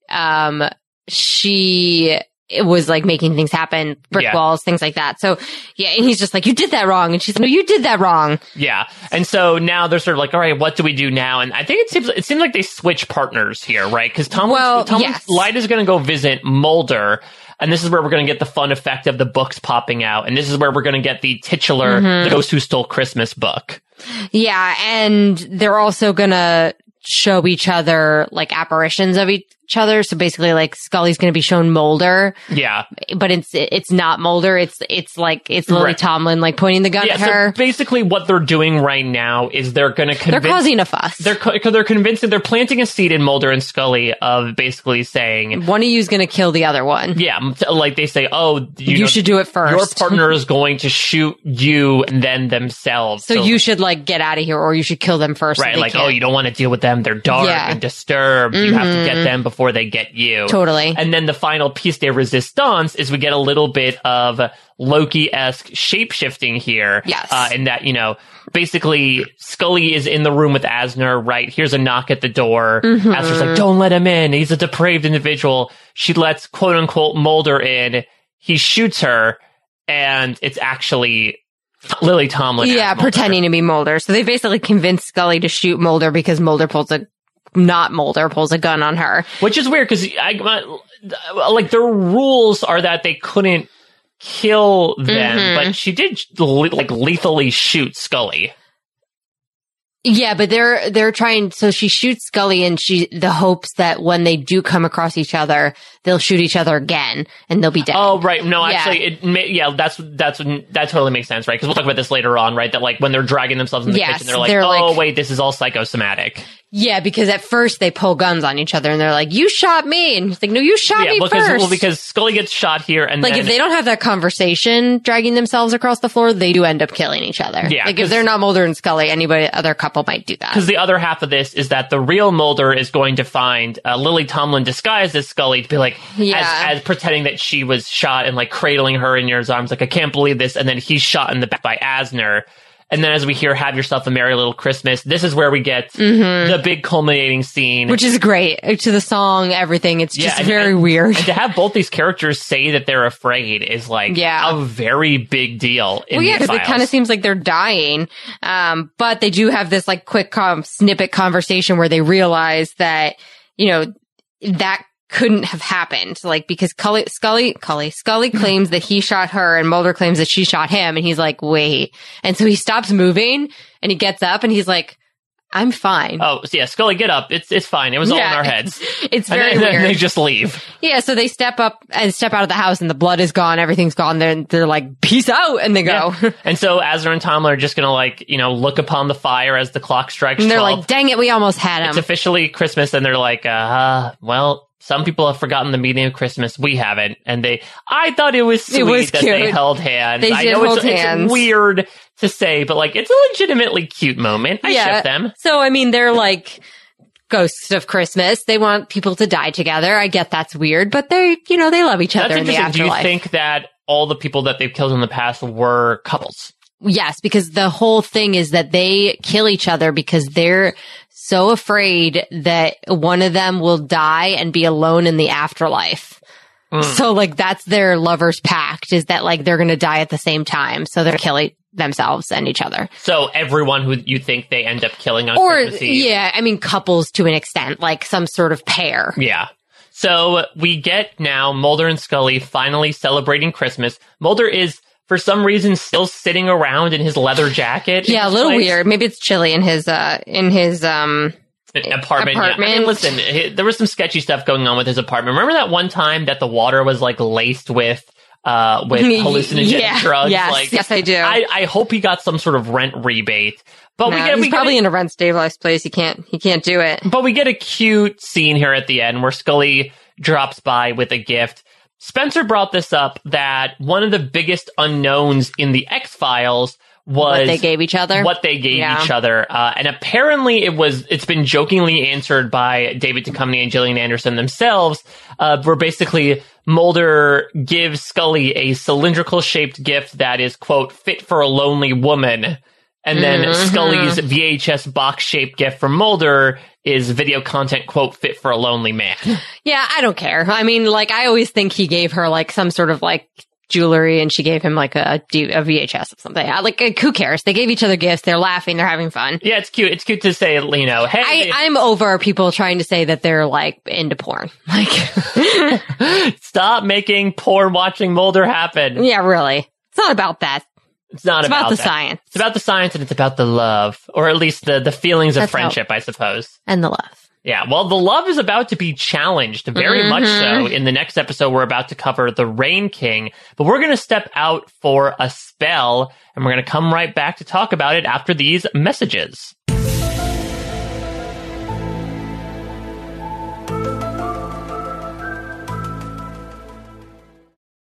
Speaker 4: um, she was like making things happen, brick
Speaker 3: Yeah.
Speaker 4: walls, things like that. So yeah, and he's just like, you did that wrong. And she's like, no, you did that wrong.
Speaker 3: yeah. And so now they're sort of like, all right, what do we do now? And I think it seems it seems like they switch partners here, right? Because Tom
Speaker 4: Well,
Speaker 3: Tom
Speaker 4: yes.
Speaker 3: Lyda's going to go visit Mulder. And this is where we're going to get the fun effect of the books popping out. And this is where we're going to get the titular
Speaker 4: Mm-hmm.
Speaker 3: The Ghost Who Stole Christmas book.
Speaker 4: Yeah. And they're also gonna show each other like apparitions of each other. So basically like Scully's gonna be shown Mulder,
Speaker 3: Yeah.
Speaker 4: but it's, it's not Mulder. It's, it's like, it's Lily
Speaker 3: Right.
Speaker 4: Tomlin like pointing the gun
Speaker 3: Yeah.
Speaker 4: at her.
Speaker 3: So basically, what they're doing right now is they're going to
Speaker 4: they're
Speaker 3: convince.
Speaker 4: causing a fuss.
Speaker 3: they're co- they're convincing they're planting a seed in Mulder and Scully of basically saying,
Speaker 4: one of you is going to kill the other one.
Speaker 3: yeah, m- t- like they say, oh, you,
Speaker 4: you
Speaker 3: know,
Speaker 4: should do it first.
Speaker 3: Your partner is going to shoot you and then themselves.
Speaker 4: so, you should like get out of here, or you should kill them first. so
Speaker 3: right,
Speaker 4: they
Speaker 3: like
Speaker 4: can't-
Speaker 3: oh, you don't want to deal with them. They're dark
Speaker 4: Yeah. Mm-hmm.
Speaker 3: and disturbed. You have to get them before they get you.
Speaker 4: totally.
Speaker 3: And then the final piece de resistance is we get a little bit of Loki esque shape shifting here.
Speaker 4: Yes.
Speaker 3: Uh, in that, you know, basically Scully is in the room with Asner, right? Here's a knock at the door.
Speaker 4: Mm-hmm.
Speaker 3: Asner's like, don't let him in. He's a depraved individual. She lets quote unquote Mulder in. He shoots her, and it's actually Lily Tomlin. as
Speaker 4: yeah,
Speaker 3: Mulder.
Speaker 4: pretending to be Mulder. So they basically convinced Scully to shoot Mulder because Mulder pulls a not Mulder pulls a gun on her.
Speaker 3: Which is weird because I my- like their rules are that they couldn't kill them,
Speaker 4: Mm-hmm.
Speaker 3: but she did le- like lethally shoot Scully.
Speaker 4: Yeah, but they're they're trying. So she shoots Scully, and she the hopes that when they do come across each other, they'll shoot each other again, and they'll be dead.
Speaker 3: Oh right, no,
Speaker 4: Yeah.
Speaker 3: actually, it ma- yeah, that's that's that totally makes sense, right? Because we'll talk about this later on, right? That like when they're dragging themselves in the
Speaker 4: Yes,
Speaker 3: kitchen, they're like,
Speaker 4: they're
Speaker 3: oh
Speaker 4: like-
Speaker 3: wait, this is all psychosomatic.
Speaker 4: yeah, because at first they pull guns on each other, and they're like, "You shot me," and he's like, "No, you shot me
Speaker 3: yeah, because
Speaker 4: first.
Speaker 3: well, because Scully gets shot here, and
Speaker 4: Like
Speaker 3: then,
Speaker 4: if they don't have that conversation dragging themselves across the floor, they do end up killing each other.
Speaker 3: Yeah,
Speaker 4: Like if
Speaker 3: 'cause-
Speaker 4: they're not Mulder and Scully, anybody other couple might do that.
Speaker 3: Because the other half of this is that the real Mulder is going to find uh, Lily Tomlin disguised as Scully to be like,
Speaker 4: Yeah.
Speaker 3: as, as pretending that she was shot and like cradling her in his arms, like, I can't believe this. And then he's shot in the back by Asner. And then as we hear, Have Yourself a Merry Little Christmas, this is where we get the big culminating scene.
Speaker 4: Mm-hmm. Which is great to the song, everything. It's
Speaker 3: Yeah,
Speaker 4: just
Speaker 3: and-
Speaker 4: very
Speaker 3: and-
Speaker 4: weird.
Speaker 3: and to have both these characters say that they're afraid is like
Speaker 4: Yeah.
Speaker 3: a very big deal. In
Speaker 4: Well, yeah,
Speaker 3: these
Speaker 4: because it
Speaker 3: files.
Speaker 4: kind of seems like they're dying. Um, but they do have this like quick com- snippet conversation where they realize that, you know, that couldn't have happened. Like, because Cully, Scully, Cully, Scully claims that he shot her and Mulder claims that she shot him. And he's like, wait. And so he stops moving and he gets up and he's like, I'm fine.
Speaker 3: Oh, so yeah, Scully, get up. It's it's fine. It was all in
Speaker 4: Yeah.
Speaker 3: our heads.
Speaker 4: It's
Speaker 3: and
Speaker 4: very
Speaker 3: then, then
Speaker 4: weird.
Speaker 3: they just leave.
Speaker 4: yeah. So they step up and step out of the house and the blood is gone. Everything's gone. They're, they're like, peace out. And they go.
Speaker 3: Yeah. and so Azra and Tomlin are just gonna like, you know, look upon the fire as the clock strikes
Speaker 4: And they're
Speaker 3: 12.
Speaker 4: like, dang it, we almost had him.
Speaker 3: it's officially Christmas and they're like, uh, well, Some people have forgotten the meaning of Christmas. We haven't. And they, I thought it was sweet
Speaker 4: It was
Speaker 3: that they
Speaker 4: cute.
Speaker 3: held hands.
Speaker 4: They
Speaker 3: I
Speaker 4: did
Speaker 3: know it's-
Speaker 4: hold
Speaker 3: it's,
Speaker 4: hands.
Speaker 3: weird to say, but like, it's a legitimately cute moment. I ship them.
Speaker 4: So I mean, they're like ghosts of Christmas. They want people to die together. I get that's weird, but they, you know, they love each
Speaker 3: That's
Speaker 4: other in the
Speaker 3: interesting. Do you
Speaker 4: afterlife.
Speaker 3: think that all the people that they've killed in the past were couples?
Speaker 4: yes, because the whole thing is that they kill each other because they're so afraid that one of them will die and be alone in the afterlife.
Speaker 3: Hmm.
Speaker 4: So like that's their lovers pact is that like they're going to die at the same time. So they're killing themselves and each other.
Speaker 3: So everyone who you think they end up killing on
Speaker 4: Or
Speaker 3: Christmas Eve.
Speaker 4: yeah, I mean couples to an extent, like some sort of pair.
Speaker 3: Yeah. So we get now Mulder and Scully finally celebrating Christmas. Mulder is, for some reason, still sitting around in his leather jacket. in
Speaker 4: Yeah, a
Speaker 3: his
Speaker 4: little
Speaker 3: place-
Speaker 4: weird. Maybe it's chilly in his uh in his um
Speaker 3: Apartment. yeah. I mean,
Speaker 4: Apartment.
Speaker 3: listen, he- there was some sketchy stuff going on with his apartment. Remember that one time that the water was like laced with, uh, with hallucinogenic
Speaker 4: Yeah,
Speaker 3: drugs?
Speaker 4: yes,
Speaker 3: like,
Speaker 4: yes, I do.
Speaker 3: I, I hope he got some sort of rent rebate. But we
Speaker 4: no,
Speaker 3: get,
Speaker 4: he's
Speaker 3: we get
Speaker 4: probably in a rent stabilized place. He can't he can't do it.
Speaker 3: But we get a cute scene here at the end where Scully drops by with a gift. Spencer brought this up that one of the biggest unknowns in the X Files was
Speaker 4: What they gave each other.
Speaker 3: what they gave
Speaker 4: Yeah.
Speaker 3: each other, uh, and apparently it was. It's been jokingly answered by David Duchovny and Gillian Anderson themselves, uh, where basically Mulder gives Scully a cylindrical shaped gift that is quote fit for a lonely woman. And then
Speaker 4: Mm-hmm.
Speaker 3: Scully's VHS box shaped gift from Mulder is video content, quote, fit for a lonely man.
Speaker 4: Yeah, I don't care. I mean, like I always think he gave her like some sort of like jewelry and she gave him like a, D- a VHS or something. I, like who cares? They gave each other gifts. They're laughing. They're having fun.
Speaker 3: Yeah, it's cute. It's cute to say, you know, hey,
Speaker 4: I, I'm over people trying to say that they're like into porn. Like,
Speaker 3: stop making porn watching Mulder happen.
Speaker 4: yeah, really. It's not about that.
Speaker 3: It's not
Speaker 4: It's about, the
Speaker 3: that.
Speaker 4: science
Speaker 3: It's about the science and it's about the love, or at least the, the feelings of
Speaker 4: That's how-
Speaker 3: friendship, I suppose.
Speaker 4: and the love.
Speaker 3: Yeah, well, the love is about to be challenged very much
Speaker 4: Mm-hmm.
Speaker 3: so in the next episode. We're about to cover the Rain King, but we're going to step out for a spell and we're going to come right back to talk about it after these messages.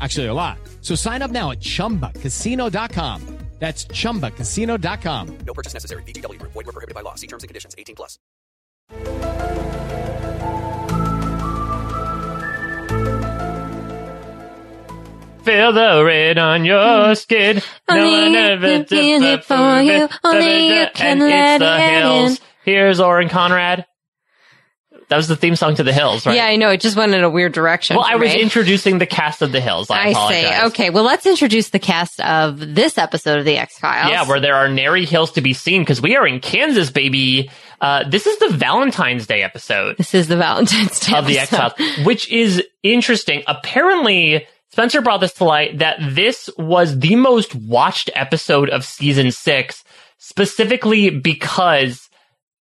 Speaker 5: Actually, a lot. So sign up now at chumbacasino.com. That's chumbacasino.com.
Speaker 2: No purchase necessary. VGW Group. Void where prohibited by law. See terms and conditions. 18 plus.
Speaker 3: Feel the rain on
Speaker 4: Hmm.
Speaker 3: your skin.
Speaker 4: Only you can feel it for you. Only you can let it in.
Speaker 3: Here's Oren Conrad. That was the theme song to The Hills, right?
Speaker 4: Yeah, I know. It just went in a weird direction.
Speaker 3: Well,
Speaker 4: for
Speaker 3: I was
Speaker 4: me.
Speaker 3: introducing the cast of The Hills.
Speaker 4: I
Speaker 3: I, apologize.
Speaker 4: see. Okay. Well, let's introduce the cast of this episode of The X Files.
Speaker 3: Yeah, where there are nary hills to be seen because we are in Kansas, baby. Uh, this is the Valentine's Day episode
Speaker 4: this is the Valentine's Day
Speaker 3: of the X
Speaker 4: episode.
Speaker 3: Files, which is interesting. Apparently, Spencer brought this to light that this was the most watched episode of season six, specifically because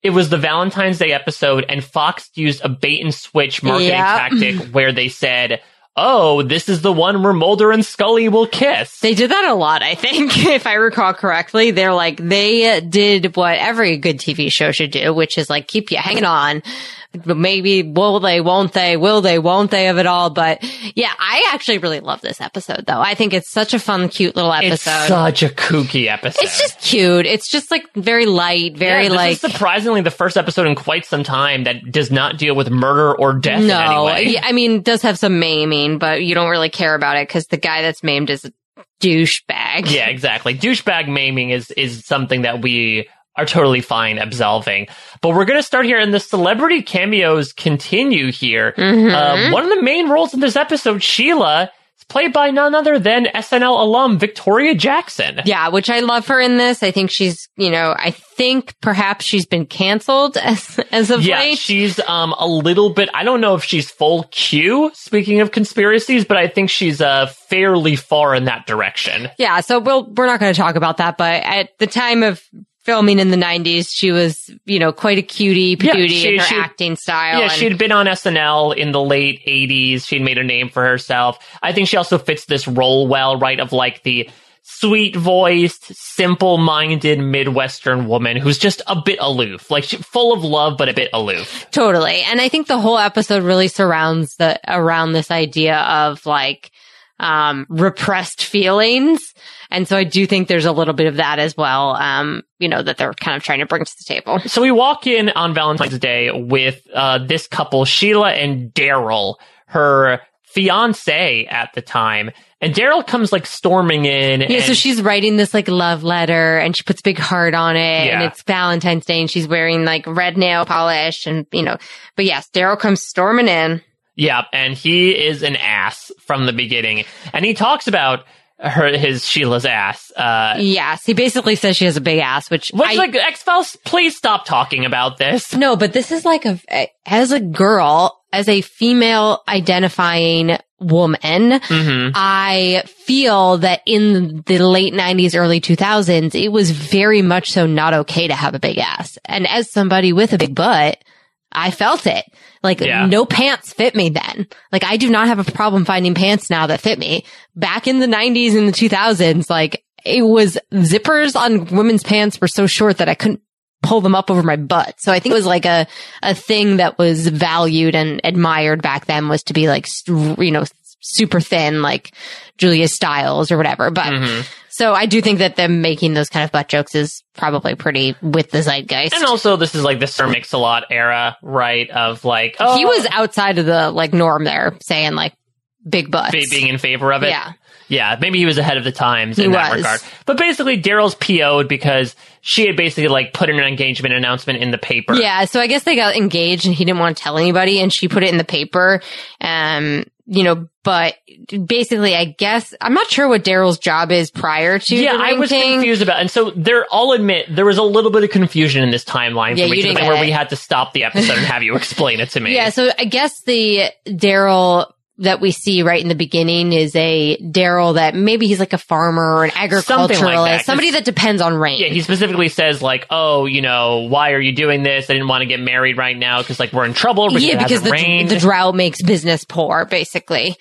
Speaker 3: it was the Valentine's Day episode and Fox used a bait and switch marketing
Speaker 4: Yeah.
Speaker 3: tactic where they said, oh, this is the one where Mulder and Scully will kiss.
Speaker 4: They did that a lot, I think, if I recall correctly. They're like, they did what every good TV show should do, which is like keep you hanging on. Maybe will they, won't they, will they, won't they of it all. But yeah, I actually really love this episode though. I think it's such a fun, cute little episode.
Speaker 3: it's such a kooky episode.
Speaker 4: It's just cute. It's just like very light,
Speaker 3: Yeah,
Speaker 4: very
Speaker 3: this
Speaker 4: like.
Speaker 3: is surprisingly the first episode in quite some time that does not deal with murder or death in any
Speaker 4: no,
Speaker 3: way.
Speaker 4: Yeah, I mean, it does have some maiming, but you don't really care about it because the guy that's maimed is a douchebag.
Speaker 3: Yeah, exactly. Douchebag maiming is is something that we are totally fine absolving. But we're going to start here, and the celebrity cameos continue here. Uh, one of the main roles in this episode, Sheila, is played by none other than SNL alum Victoria Jackson.
Speaker 4: Yeah, which I love her in this. I think she's, you know, I think perhaps she's been canceled as as of
Speaker 3: Yeah,
Speaker 4: late.
Speaker 3: she's um a little bit. I don't know if she's full Q. Speaking of conspiracies, but I think she's uh fairly far in that direction.
Speaker 4: yeah, so we'll we're not going to talk about that, but at the time of filming in the 90s, she was, you know, quite a cutie
Speaker 3: Yeah,
Speaker 4: patootie
Speaker 3: she-
Speaker 4: in her
Speaker 3: she-
Speaker 4: acting style.
Speaker 3: Yeah,
Speaker 4: and-
Speaker 3: she'd been on SNL in the late 80s. She'd made a name for herself. I think she also fits this role well, right? Of like the sweet voiced, simple minded Midwestern woman who's just a bit aloof, like she, full of love, but a bit aloof.
Speaker 4: Totally. And I think the whole episode really surrounds the around this idea of like um repressed feelings. And so I do think there's a little bit of that as well. Um, you know, that they're kind of trying to bring to the table.
Speaker 3: So we walk in on Valentine's Day with uh, this couple, Sheila and Daryl, her fiance at the time. And Daryl comes like storming in.
Speaker 4: Yeah, so
Speaker 3: and-
Speaker 4: she's writing this like love letter and she puts a big heart on it and
Speaker 3: Yeah.
Speaker 4: it's Valentine's Day and she's wearing like red nail polish and you know, but yes, Daryl comes storming in.
Speaker 3: Yeah, and he is an ass from the beginning, and he talks about her his Sheila's ass. Uh,
Speaker 4: Yes, he basically says she has a big ass, which,
Speaker 3: which
Speaker 4: I,
Speaker 3: like X Files, please stop talking about this.
Speaker 4: No, but this is like a as a girl, as a female identifying woman,
Speaker 3: Mm-hmm.
Speaker 4: I feel that in the late 90s early 2000s, it was very much so not okay to have a big ass. And as somebody with a big butt, I felt it. Like
Speaker 3: Yeah.
Speaker 4: no pants fit me then. Like I do not have a problem finding pants now that fit me. Back in the 90s and the 2000s, like it was zippers on women's pants were so short that I couldn't pull them up over my butt. So I think it was like a a thing that was valued and admired back then was to be like s- you know super thin like Julia Stiles or whatever. But
Speaker 3: Mm-hmm.
Speaker 4: so I do think that them making those kind of butt jokes is probably pretty with the zeitgeist.
Speaker 3: And also, this is like the Sir Mix-a-Lot era, right? Of like, oh,
Speaker 4: he was outside of the like norm there saying like big butts.
Speaker 3: be- being in favor of it.
Speaker 4: Yeah.
Speaker 3: Yeah, maybe he was ahead of the times in
Speaker 4: He
Speaker 3: that
Speaker 4: was.
Speaker 3: regard. But basically, Daryl's PO'd because she had basically like put an engagement announcement in the paper.
Speaker 4: Yeah, so I guess they got engaged and he didn't want to tell anybody and she put it in the paper. Um, you know, but basically I guess I'm not sure what Daryl's job is prior to
Speaker 3: yeah,
Speaker 4: the
Speaker 3: I
Speaker 4: Ring
Speaker 3: was
Speaker 4: King.
Speaker 3: confused about, and so there. I'll admit there was a little bit of confusion in this timeline
Speaker 4: Yeah,
Speaker 3: for me
Speaker 4: you
Speaker 3: to the
Speaker 4: didn't
Speaker 3: point
Speaker 4: get
Speaker 3: where we
Speaker 4: it.
Speaker 3: had to stop the episode and have you explain it to me.
Speaker 4: Yeah, so I guess the Daryl that we see right in the beginning is a Daryl that maybe he's like a farmer or an agriculturalist,
Speaker 3: that, 'cause-
Speaker 4: somebody that depends on rain.
Speaker 3: Yeah, he specifically says like, "Oh, you know, why are you doing this? I didn't want to get married right now because like we're in trouble because
Speaker 4: yeah,
Speaker 3: it
Speaker 4: because
Speaker 3: hasn't
Speaker 4: the,
Speaker 3: rained."
Speaker 4: the drought makes business poor, basically.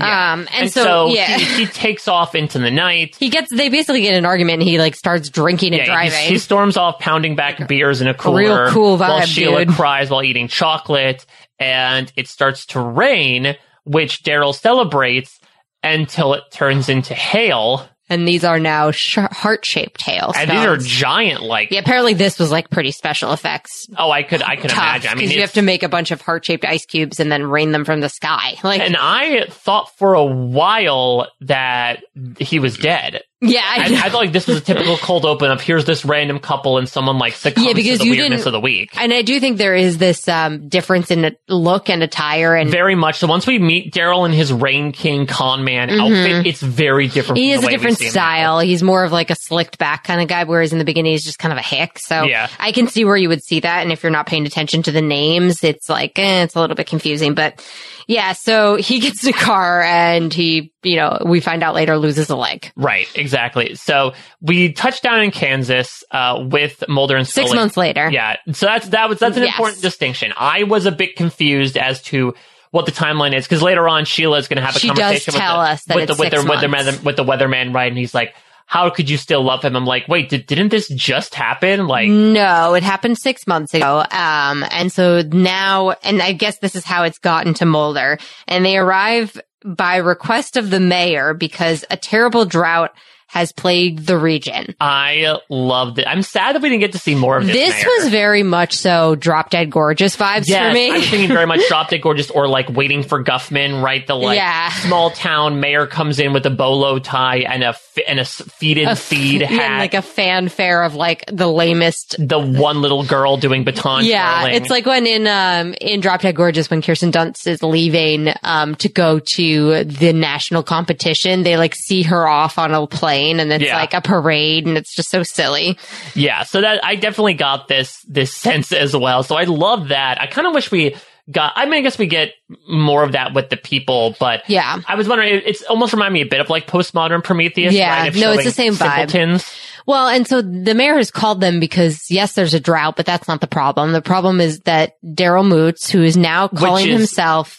Speaker 4: Um, and, so, yeah,
Speaker 3: he, he takes off into the night.
Speaker 4: he gets they basically get in an argument. and He like starts drinking and
Speaker 3: Yeah, he-
Speaker 4: driving.
Speaker 3: he storms off, pounding back beers in a cooler.
Speaker 4: real cool
Speaker 3: While
Speaker 4: vibe,
Speaker 3: Sheila
Speaker 4: dude.
Speaker 3: cries while eating chocolate, and it starts to rain, which Daryl celebrates until it turns into hail.
Speaker 4: and these are now sh- heart shaped hail.
Speaker 3: And these are
Speaker 4: spells.
Speaker 3: giant, like
Speaker 4: yeah, apparently this was like pretty special effects.
Speaker 3: oh, I could, I could
Speaker 4: Tough,
Speaker 3: imagine. I
Speaker 4: because
Speaker 3: mean,
Speaker 4: you
Speaker 3: it's-
Speaker 4: have to make a bunch of heart shaped ice cubes and then rain them from the sky. Like,
Speaker 3: and I thought for a while that he was dead.
Speaker 4: yeah, I,
Speaker 3: I, I thought like this was a typical cold open of here's this random couple and someone like succumbs
Speaker 4: Yeah, because
Speaker 3: to
Speaker 4: you
Speaker 3: the weirdness
Speaker 4: didn't-
Speaker 3: of the week.
Speaker 4: And I do think there is this um, difference in the look and attire, and
Speaker 3: very much. So once we meet Daryl in his Rain King con man outfit, it's very different.
Speaker 4: Mm-hmm. he
Speaker 3: from
Speaker 4: has a
Speaker 3: the way we
Speaker 4: different
Speaker 3: see him
Speaker 4: style. He's more of like a slicked back kind of guy, whereas in the beginning he's just kind of a hick. So
Speaker 3: Yeah.
Speaker 4: I can see where you would see that, and if you're not paying attention to the names, it's like eh, it's a little bit confusing. But yeah, so he gets in a car, and he, you know, we find out later loses a leg.
Speaker 3: now. Right, exactly. So we touched down in Kansas uh, with Mulder and Scully.
Speaker 4: Six months later,
Speaker 3: Yeah, so that's that was that's an
Speaker 4: Yes.
Speaker 3: important distinction. I was a bit confused as to what the timeline is because later on Sheila is going to have a
Speaker 6: She does
Speaker 3: conversation with
Speaker 6: tell
Speaker 3: the,
Speaker 6: us that
Speaker 3: with, the,
Speaker 6: it's
Speaker 3: with,
Speaker 6: six
Speaker 3: the, with, the,
Speaker 6: months.
Speaker 3: weatherman- with the weatherman, right? And he's like, "How could you still love him?" I'm like, "Wait, did, didn't this just happen?" Like,
Speaker 4: Mm. No, it happened six months ago. Um, and so now, and I guess this is how it's gotten to Mulder. And they arrive by request of the mayor because a terrible drought has plagued the region.
Speaker 3: I loved it. I'm sad that we didn't get to see more of this.
Speaker 4: This
Speaker 3: Mayor.
Speaker 4: was very much so drop dead gorgeous vibes
Speaker 3: Yes,
Speaker 4: for me.
Speaker 3: I was thinking very much Drop Dead Gorgeous or like Waiting for Guffman, right? The like
Speaker 4: Yeah.
Speaker 3: small town mayor comes in with a bolo tie and a fi- and a s- feed in feed
Speaker 4: Yeah,
Speaker 3: hat.
Speaker 4: like a fanfare of like the lamest.
Speaker 3: the one little girl doing baton
Speaker 4: Yeah,
Speaker 3: twirling.
Speaker 4: it's like when in um in Drop Dead Gorgeous when Kirsten Dunst is leaving um to go to the national competition, they like see her off on a plane and it's
Speaker 3: Yeah.
Speaker 4: like a parade and it's just so silly.
Speaker 3: yeah. So that I definitely got this this sense as well. So I love that. I kind of wish we got. I mean, I guess we get more of that with the people, but
Speaker 4: Yeah.
Speaker 3: I was wondering. It, it's almost remind me a bit of like postmodern Prometheus.
Speaker 4: Yeah,
Speaker 3: right? Of
Speaker 4: no, it's
Speaker 3: showing
Speaker 4: the same vibe.
Speaker 3: simpletons.
Speaker 4: Well, and so the mayor has called them because yes, there's a drought, but that's not the problem. The problem is that Daryl Moots, who is now calling
Speaker 3: is
Speaker 4: himself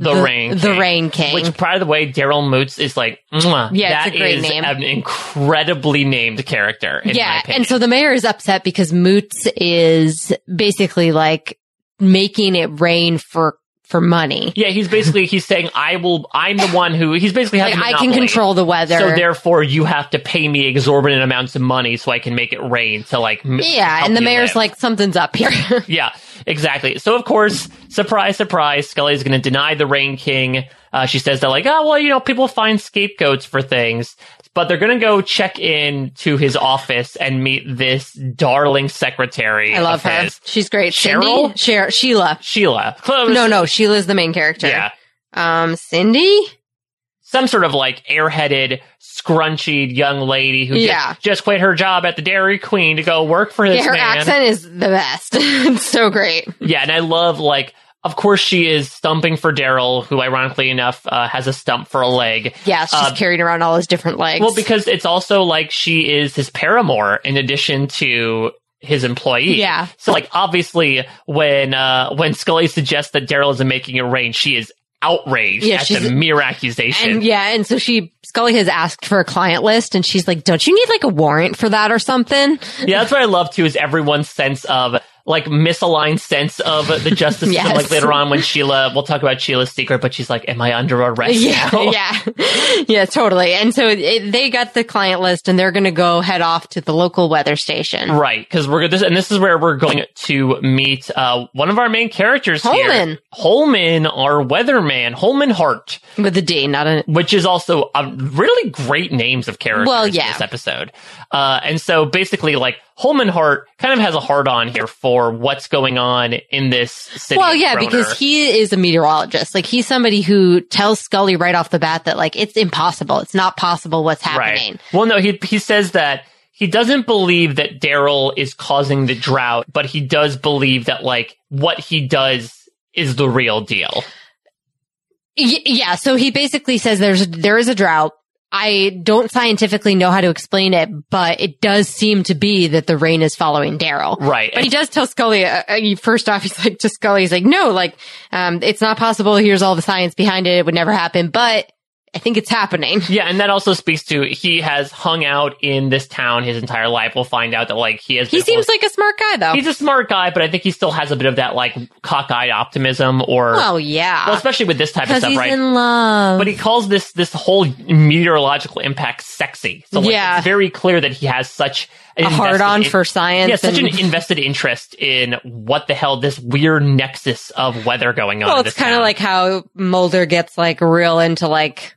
Speaker 3: the, Rain
Speaker 4: the
Speaker 3: King.
Speaker 4: Rain King,
Speaker 3: Which, by the way, Daryl Moots is like, mwah,
Speaker 4: Yeah, it's
Speaker 3: that
Speaker 4: a great
Speaker 3: is
Speaker 4: name.
Speaker 3: an incredibly named character. in my
Speaker 4: yeah,
Speaker 3: opinion.
Speaker 4: and so the mayor is upset because Moots is basically like making it rain for for money.
Speaker 3: yeah, he's basically he's saying, "I will. I'm the one who." He's basically has
Speaker 4: Like
Speaker 3: a
Speaker 4: I can
Speaker 3: monopoly.
Speaker 4: control the weather.
Speaker 3: So therefore, you have to pay me exorbitant amounts of money so I can make it rain to like. m-
Speaker 4: yeah,
Speaker 3: help
Speaker 4: and the
Speaker 3: you
Speaker 4: mayor's
Speaker 3: live.
Speaker 4: like something's up here.
Speaker 3: Yeah, exactly. So of course, surprise, surprise, Scully's going to deny the Rain King. Uh, she says that like, oh well, you know, people find scapegoats for things, but they're going to go check in to his office and meet this darling secretary.
Speaker 4: I love
Speaker 3: of
Speaker 4: her.
Speaker 3: his,
Speaker 4: She's great.
Speaker 3: Cheryl?
Speaker 4: Cindy, Cher- Sheila.
Speaker 3: Sheila. Close.
Speaker 4: No, no, Sheila's the main character.
Speaker 3: Yeah.
Speaker 4: Um, Cindy.
Speaker 3: Some sort of like airheaded, scrunchy young lady who
Speaker 4: Yeah.
Speaker 3: just, just quit her job at the Dairy Queen to go work for this
Speaker 4: Yeah, her
Speaker 3: man.
Speaker 4: accent is the best. it's so great.
Speaker 3: Yeah, and I love like. Of course, she is stumping for Daryl, who, ironically enough, uh, has a stump for a leg.
Speaker 4: Yeah, she's
Speaker 3: Uh,
Speaker 4: carrying around all his different legs.
Speaker 3: Well, because it's also like she is his paramour in addition to his employee.
Speaker 4: Yeah.
Speaker 3: So like obviously when uh when Scully suggests that Daryl isn't making it rain, she is outraged
Speaker 4: Yeah,
Speaker 3: at
Speaker 4: she's-
Speaker 3: the mere accusation.
Speaker 4: and yeah, and so she Scully has asked for a client list, and she's like, "Don't you need like a warrant for that or something?"
Speaker 3: yeah, that's what I love too is everyone's sense of like misaligned sense of the justice system.
Speaker 4: Yes.
Speaker 3: Like later on when Sheila we'll talk about Sheila's secret, but she's like, Am I under arrest?
Speaker 4: Yeah,
Speaker 3: now?"
Speaker 4: yeah, yeah, totally. And so it, they got the client list, and they're going to go head off to the local weather station.
Speaker 3: Right, because we're this, and this is where we're going to meet uh, one of our main characters here,
Speaker 4: Holman.
Speaker 3: Holman, our weatherman, Holman Hart,
Speaker 4: With a D, not a
Speaker 3: which is also a really great names of characters
Speaker 4: Well,
Speaker 3: in
Speaker 4: yeah.
Speaker 3: this episode. Uh, and so basically, like Holman Hart kind of has a hard on here for what's going on in this city.
Speaker 4: well, yeah,
Speaker 3: Kroner.
Speaker 4: because he is a meteorologist. Like he's somebody who tells Scully right off the bat that like it's impossible, it's not possible what's happening.
Speaker 3: Right. Well, no, he he says that he doesn't believe that Daryl is causing the drought, but he does believe that like what he does is the real deal.
Speaker 4: Y- yeah. So he basically says there's there is a drought. I don't scientifically know how to explain it, but it does seem to be that the rain is following Daryl.
Speaker 3: Right.
Speaker 4: But he does tell Scully. Uh, uh, he- first off, he's like to Scully, he's like, "No, like, um, it's not possible. Here's all the science behind it. It would never happen, but I think it's happening."
Speaker 3: Yeah, and that also speaks to he has hung out in this town his entire life. We'll find out that like he has.
Speaker 4: He
Speaker 3: been-
Speaker 4: seems like a smart guy, though.
Speaker 3: he's a smart guy, but I think he still has a bit of that like cockeyed optimism, or well,
Speaker 4: well, yeah,
Speaker 3: especially with this type of
Speaker 4: because
Speaker 3: stuff,
Speaker 4: he's
Speaker 3: right?
Speaker 4: in love.
Speaker 3: but he calls this this whole meteorological impact sexy. So like,
Speaker 4: Yeah.
Speaker 3: it's very clear that he has such an
Speaker 4: a hard
Speaker 3: invested
Speaker 4: on
Speaker 3: in-
Speaker 4: for science.
Speaker 3: Yeah, such an
Speaker 4: and-
Speaker 3: invested interest in what the hell this weird nexus of weather going on.
Speaker 4: well,
Speaker 3: in
Speaker 4: it's
Speaker 3: this
Speaker 4: kind of
Speaker 3: town.
Speaker 4: like how Mulder gets like real into like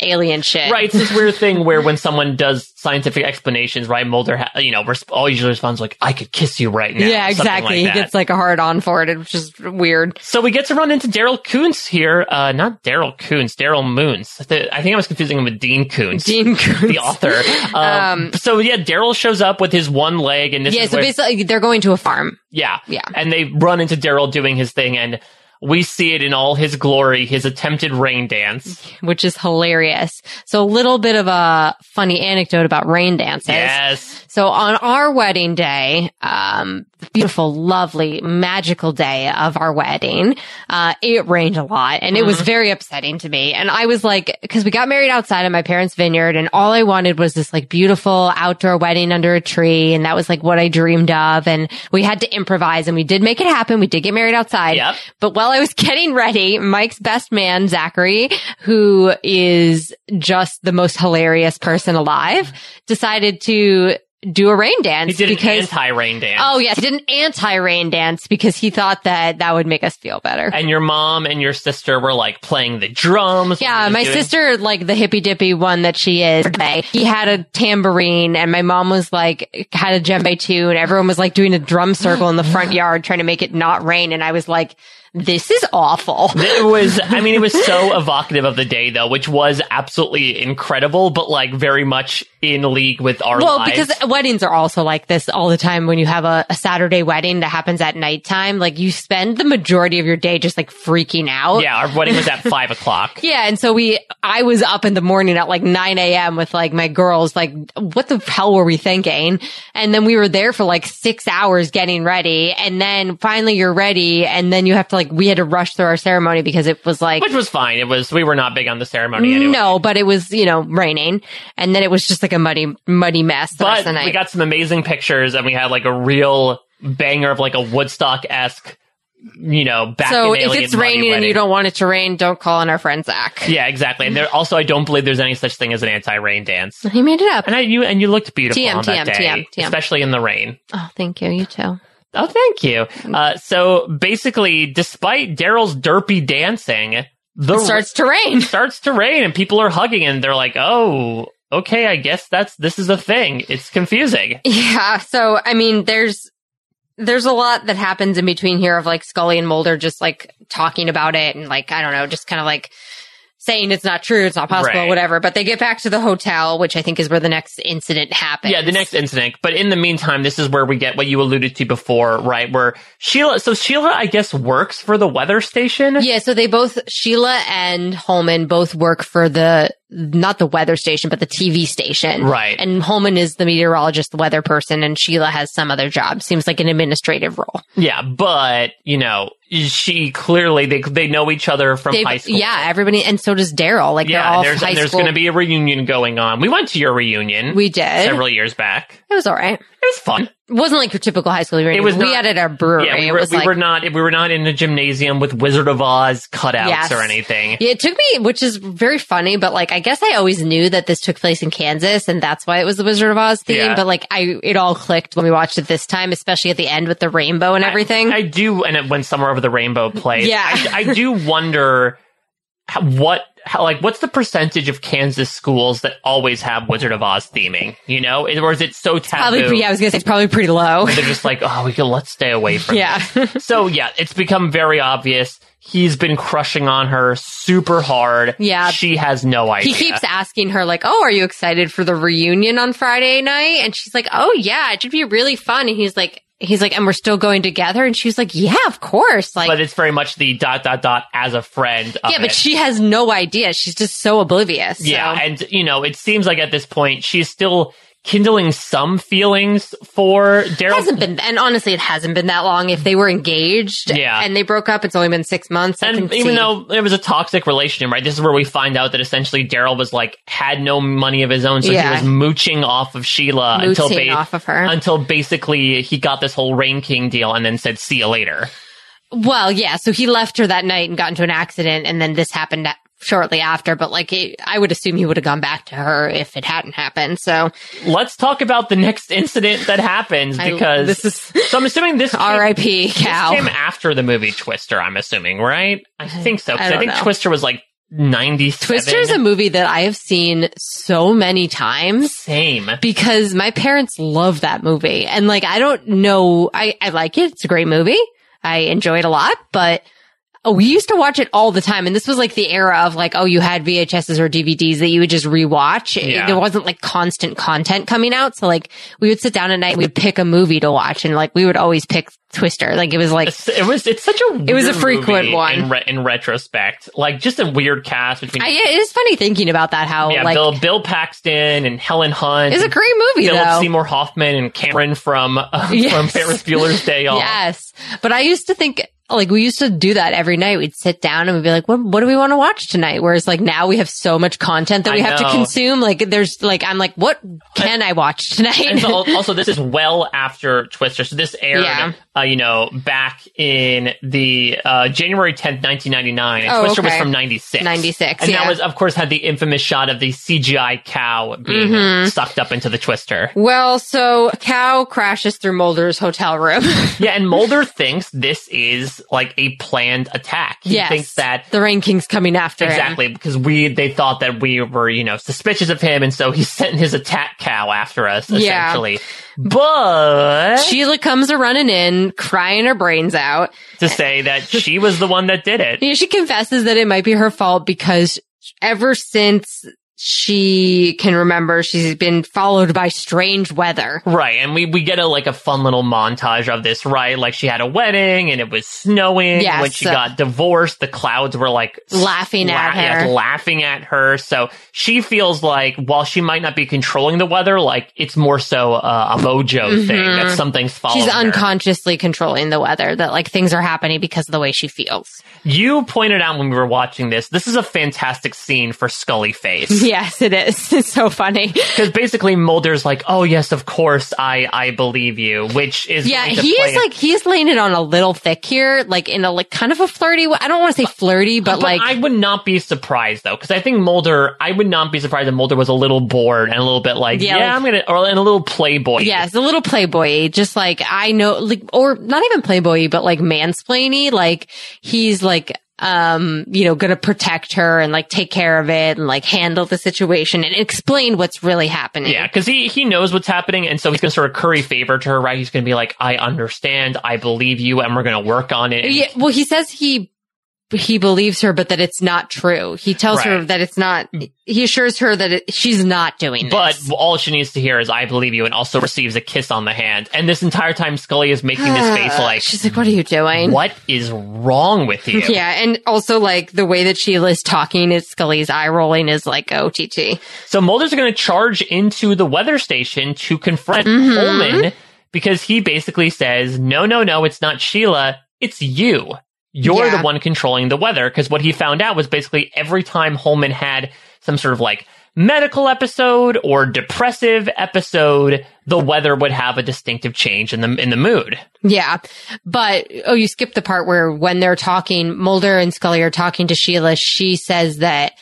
Speaker 4: alien shit,
Speaker 3: Right, it's this weird thing where when someone does scientific explanations, right, Mulder, ha- you know, resp- all usually responds like, "I could kiss you right now."
Speaker 4: Yeah,
Speaker 3: something
Speaker 4: exactly.
Speaker 3: like
Speaker 4: he
Speaker 3: that.
Speaker 4: gets like a hard on for it, which is weird.
Speaker 3: so we get to run into Daryl Koontz here. Uh, not Daryl Koontz, Daryl Moons. The- I think I was confusing him with Dean Koontz,
Speaker 4: Dean Koontz.
Speaker 3: the author. Um, so yeah, Daryl shows up with his one leg, and this
Speaker 4: Yeah,
Speaker 3: is
Speaker 4: so
Speaker 3: where-
Speaker 4: basically they're going to a farm.
Speaker 3: Yeah.
Speaker 4: Yeah.
Speaker 3: And they run into Daryl doing his thing, and we see it in all his glory, his attempted rain dance.
Speaker 4: Which is hilarious. So a little bit of a funny anecdote about rain dances.
Speaker 3: Yes.
Speaker 4: So on our wedding day, um, the- beautiful, lovely, magical day of our wedding. Uh, it rained a lot and it was very upsetting to me. And I was like, cause we got married outside of my parents' vineyard and all I wanted was this like beautiful outdoor wedding under a tree. And that was like what I dreamed of. And we had to improvise and we did make it happen. We did get married outside.
Speaker 3: Yep.
Speaker 4: But while I was getting ready, Mike's best man, Zachary, who is just the most hilarious person alive, decided to do a rain dance.
Speaker 3: He did an
Speaker 4: because
Speaker 3: anti-rain dance.
Speaker 4: Oh yes, he did an anti-rain dance because he thought that that would make us feel better.
Speaker 3: And your mom and your sister were like playing the drums.
Speaker 4: yeah,
Speaker 3: Were
Speaker 4: my
Speaker 3: doing-
Speaker 4: sister, like the hippy dippy one that she is, he had a tambourine and my mom was like, had a djembe too and everyone was like doing a drum circle in the front yard trying to make it not rain. And I was like, this is awful.
Speaker 3: It was, I mean, it was so evocative of the day though, which was absolutely incredible, but like very much in league with our
Speaker 4: Well,
Speaker 3: lives.
Speaker 4: because weddings are also like this all the time. When you have a, a Saturday wedding that happens at nighttime, like you spend the majority of your day just like freaking out.
Speaker 3: yeah, our wedding was at five o'clock.
Speaker 4: Yeah, and so we, I was up in the morning at like 9 a.m. with like my girls, like, what the hell were we thinking? And then we were there for like six hours getting ready. And then finally you're ready. And then you have to like, we had to rush through our ceremony because it was like,
Speaker 3: Which was fine. It was, we were not big on the ceremony anyway.
Speaker 4: no, but it was, you know, raining. And then it was just like a muddy, muddy mess. the rest
Speaker 3: But
Speaker 4: of the night.
Speaker 3: we got some amazing pictures and we had like a real banger of like a Woodstock esque, you know, back
Speaker 4: so
Speaker 3: in
Speaker 4: if
Speaker 3: Alien
Speaker 4: it's
Speaker 3: Money
Speaker 4: raining and
Speaker 3: wedding.
Speaker 4: you don't want it to rain, don't call on our friend Zach.
Speaker 3: Yeah, exactly. And there also, I don't believe there's any such thing as an anti-rain dance.
Speaker 4: He made it up.
Speaker 3: And I, you and you looked beautiful
Speaker 4: TM,
Speaker 3: on that
Speaker 4: TM,
Speaker 3: day,
Speaker 4: TM, TM.
Speaker 3: especially in the rain.
Speaker 4: Oh, thank you. You too.
Speaker 3: Oh, thank you.
Speaker 4: Mm.
Speaker 3: Uh, so basically, despite Daryl's derpy dancing, the
Speaker 4: It starts to rain.
Speaker 3: starts to rain and people are hugging and they're like, "Oh, okay, I guess that's this is a thing." It's confusing.
Speaker 4: Yeah. So I mean, there's there's a lot that happens in between here of like Scully and Mulder just like talking about it and like I don't know, just kind of like saying it's not true, it's not possible,
Speaker 3: Right.
Speaker 4: whatever. But they get back to the hotel, which I think is where the next incident happens.
Speaker 3: Yeah, the next incident. But in the meantime, this is where we get what you alluded to before, right? Where Sheila, so Sheila, I guess, works for the weather station.
Speaker 4: Yeah, so they both Sheila and Holman both work for the not the weather station, but the TV station.
Speaker 3: Right.
Speaker 4: And Holman is the meteorologist, the weather person, and Sheila has some other job. Seems like an administrative role.
Speaker 3: Yeah, but you know, she clearly they they know each other from
Speaker 4: They've-
Speaker 3: high school.
Speaker 4: Yeah, everybody and so does Daryl. Like
Speaker 3: yeah.
Speaker 4: they're all
Speaker 3: and there's
Speaker 4: high
Speaker 3: and there's
Speaker 4: school
Speaker 3: going to be a reunion going on. We went to your reunion.
Speaker 4: We did.
Speaker 3: several years back.
Speaker 4: It was all right.
Speaker 3: It was fun.
Speaker 4: It wasn't like your typical high school reunion.
Speaker 3: It was
Speaker 4: we
Speaker 3: not-
Speaker 4: had it at a brewery.
Speaker 3: Yeah, we
Speaker 4: it
Speaker 3: were,
Speaker 4: was
Speaker 3: we
Speaker 4: like,
Speaker 3: were not we were not in a gymnasium with Wizard of Oz cutouts
Speaker 4: Yes.
Speaker 3: or anything.
Speaker 4: Yeah, it took me, which is very funny, but like I guess I always knew that this took place in Kansas, and that's why it was the Wizard of Oz theme.
Speaker 3: Yeah.
Speaker 4: But like I, it all clicked when we watched it this time, especially at the end with the rainbow and everything.
Speaker 3: I do, and it, when Summer Over the Rainbow plays,
Speaker 4: Yeah.
Speaker 3: I, I do wonder how, what, how, like, what's the percentage of Kansas schools that always have Wizard of Oz theming? You know, or is it so taboo?
Speaker 4: probably, yeah, I was gonna say it's probably pretty low.
Speaker 3: They're just like, oh, we can let's stay away from.
Speaker 4: Yeah.
Speaker 3: this." So yeah, it's become very obvious. He's been crushing on her super hard.
Speaker 4: Yeah.
Speaker 3: she has no idea.
Speaker 4: He keeps asking her, like, "Oh, are you excited for the reunion on Friday night?" And she's like, "Oh yeah, it should be really fun." And he's like, "He's like, and we're still going together?" And she's like, "Yeah, of course." Like,
Speaker 3: but it's very much the dot dot dot as a friend. Of
Speaker 4: yeah, but
Speaker 3: it.
Speaker 4: she has no idea. She's just so oblivious. so-
Speaker 3: Yeah, and you know, it seems like at this point she's still kindling some feelings for
Speaker 4: It
Speaker 3: Daryl.
Speaker 4: hasn't been, and honestly, it hasn't been that long. If they were engaged,
Speaker 3: Yeah.
Speaker 4: and they broke up, it's only been six months. I
Speaker 3: and
Speaker 4: can
Speaker 3: even
Speaker 4: see.
Speaker 3: though it was a toxic relationship, right? This is where we find out that essentially Daryl was like had no money of his own, so
Speaker 4: Yeah.
Speaker 3: he was mooching off of Sheila until
Speaker 4: Mooching off of her.
Speaker 3: until basically he got this whole Rain King deal and then said, "See you later."
Speaker 4: well, yeah, so he left her that night and got into an accident, and then this happened a- shortly after. But like, it, I would assume he would have gone back to her if it hadn't happened. So,
Speaker 3: Let's talk about the next incident that happens
Speaker 4: I-
Speaker 3: because
Speaker 4: this is-
Speaker 3: so I'm assuming this came-
Speaker 4: R.I.P.
Speaker 3: This came
Speaker 4: Cal.
Speaker 3: after the movie Twister, I'm assuming, right? I think so. 'cause
Speaker 4: I
Speaker 3: I,
Speaker 4: don't
Speaker 3: think
Speaker 4: know.
Speaker 3: Twister was like 97.
Speaker 4: Twister is a movie that I have seen so many times.
Speaker 3: same.
Speaker 4: because my parents love that movie. And like, I don't know, I, I like it. It's a great movie. I enjoy it a lot, but Oh, we used to watch it all the time. And this was like the era of like, oh, you had VHSs or DVDs that you would just rewatch. It-
Speaker 3: Yeah.
Speaker 4: There wasn't like constant content coming out. So like we would sit down at night and we'd pick a movie to watch and like we would always pick Twister. Like it was like,
Speaker 3: It's- It was it's such a weird
Speaker 4: It was a frequent
Speaker 3: movie
Speaker 4: one.
Speaker 3: in, re- in retrospect, like just a weird cast between
Speaker 4: I, it is funny thinking about that, how
Speaker 3: yeah
Speaker 4: like,
Speaker 3: Bill Bill Paxton and Helen Hunt.
Speaker 4: it's a
Speaker 3: and
Speaker 4: great movie
Speaker 3: Philip
Speaker 4: though.
Speaker 3: Seymour Hoffman and Cameron from uh,
Speaker 4: Yes.
Speaker 3: from Ferris Bueller's Day Off.
Speaker 4: Yes. But I used to think like we used to do that every night. We'd sit down and we'd be like, what, what do we want to watch tonight? Whereas like now we have so much content that
Speaker 3: I
Speaker 4: we have
Speaker 3: know.
Speaker 4: to consume. Like there's like, I'm like, what can I watch
Speaker 3: And
Speaker 4: tonight?
Speaker 3: so, al- also, this is well after Twister. So this aired,
Speaker 4: Yeah.
Speaker 3: uh, you know, back in the uh, January 10th, 1999. And
Speaker 4: Oh,
Speaker 3: Twister was
Speaker 4: okay.
Speaker 3: from 96.
Speaker 4: 96,
Speaker 3: And that
Speaker 4: yeah.
Speaker 3: was, of course, had the infamous shot of the CGI cow being
Speaker 4: Mm-hmm.
Speaker 3: sucked up into the Twister.
Speaker 4: well, so cow crashes through Mulder's hotel room.
Speaker 3: Yeah, and Mulder thinks this is like a planned attack. He
Speaker 4: yes.
Speaker 3: thinks that
Speaker 4: the Rain King's coming after him.
Speaker 3: exactly because we they thought that we were you know suspicious of him, and so he sent his attack cow after us
Speaker 4: Yeah.
Speaker 3: essentially. But
Speaker 4: Sheila comes a running in, crying her brains out.
Speaker 3: to say that she was the one that did it.
Speaker 4: You know, she confesses that it might be her fault because ever since she can remember, she's been followed by strange weather.
Speaker 3: Right, and we, we get a like a fun little montage of this, right? Like she had a wedding and it was snowing.
Speaker 4: Yes. uh,
Speaker 3: When she got divorced, the clouds were like
Speaker 4: Laughing at
Speaker 3: yes,
Speaker 4: her.
Speaker 3: laughing at her. So she feels like while she might not be controlling the weather, like it's more so uh, a mojo thing that something's following.
Speaker 4: Mm-hmm. She's
Speaker 3: her.
Speaker 4: unconsciously controlling the weather, that like things are happening because of the way she feels.
Speaker 3: You pointed out when we were watching this, this is a fantastic scene for Scully face.
Speaker 4: Yes, it is. It's so funny.
Speaker 3: Because basically Mulder's like, oh yes, of course, I I believe you, which is
Speaker 4: Yeah,
Speaker 3: going to
Speaker 4: he
Speaker 3: play-
Speaker 4: is like, he's laying it on a little thick here, like in a like kind of a flirty way. I don't want to say flirty, but, like,
Speaker 3: I would not be surprised though, because I think Mulder. I would not be surprised if Mulder was a little bored and a little bit like, yeah,
Speaker 4: Yeah, like-
Speaker 3: I'm gonna, or and a little playboy.
Speaker 4: yeah, it's a little playboy, just like I know, like, or not even playboy, but like mansplainy, like he's like, um, you know, gonna protect her and like take care of it and like handle the situation and explain what's really happening.
Speaker 3: Yeah, because he he knows what's happening, and so he's gonna sort of curry favor to her, right? He's gonna be like, "I understand, I believe you, and we're gonna work on it." And
Speaker 4: Yeah, well, he says he he believes her, but that it's not true. He tells her
Speaker 3: Right.
Speaker 4: that it's not. He assures her that it, she's not doing.
Speaker 3: But
Speaker 4: this.
Speaker 3: all she needs to hear is "I believe you," and also receives a kiss on the hand. And this entire time, Scully is making this face like,
Speaker 4: she's like, "What are you doing?"
Speaker 3: "What is wrong with you?"
Speaker 4: Yeah, and also like the way that Sheila's talking, it's Scully's eye rolling is like OTT.
Speaker 3: So Mulder's going to charge into the weather station to confront Holman because he basically says, no, no, no, it's not Sheila. It's you. You're
Speaker 4: Yeah.
Speaker 3: the one controlling the weather. Because what he found out was basically every time Holman had some sort of like medical episode or depressive episode, the weather would have a distinctive change in the, in the mood.
Speaker 4: Yeah. But, oh, you skipped the part where when they're talking, Mulder and Scully are talking to Sheila. She says that,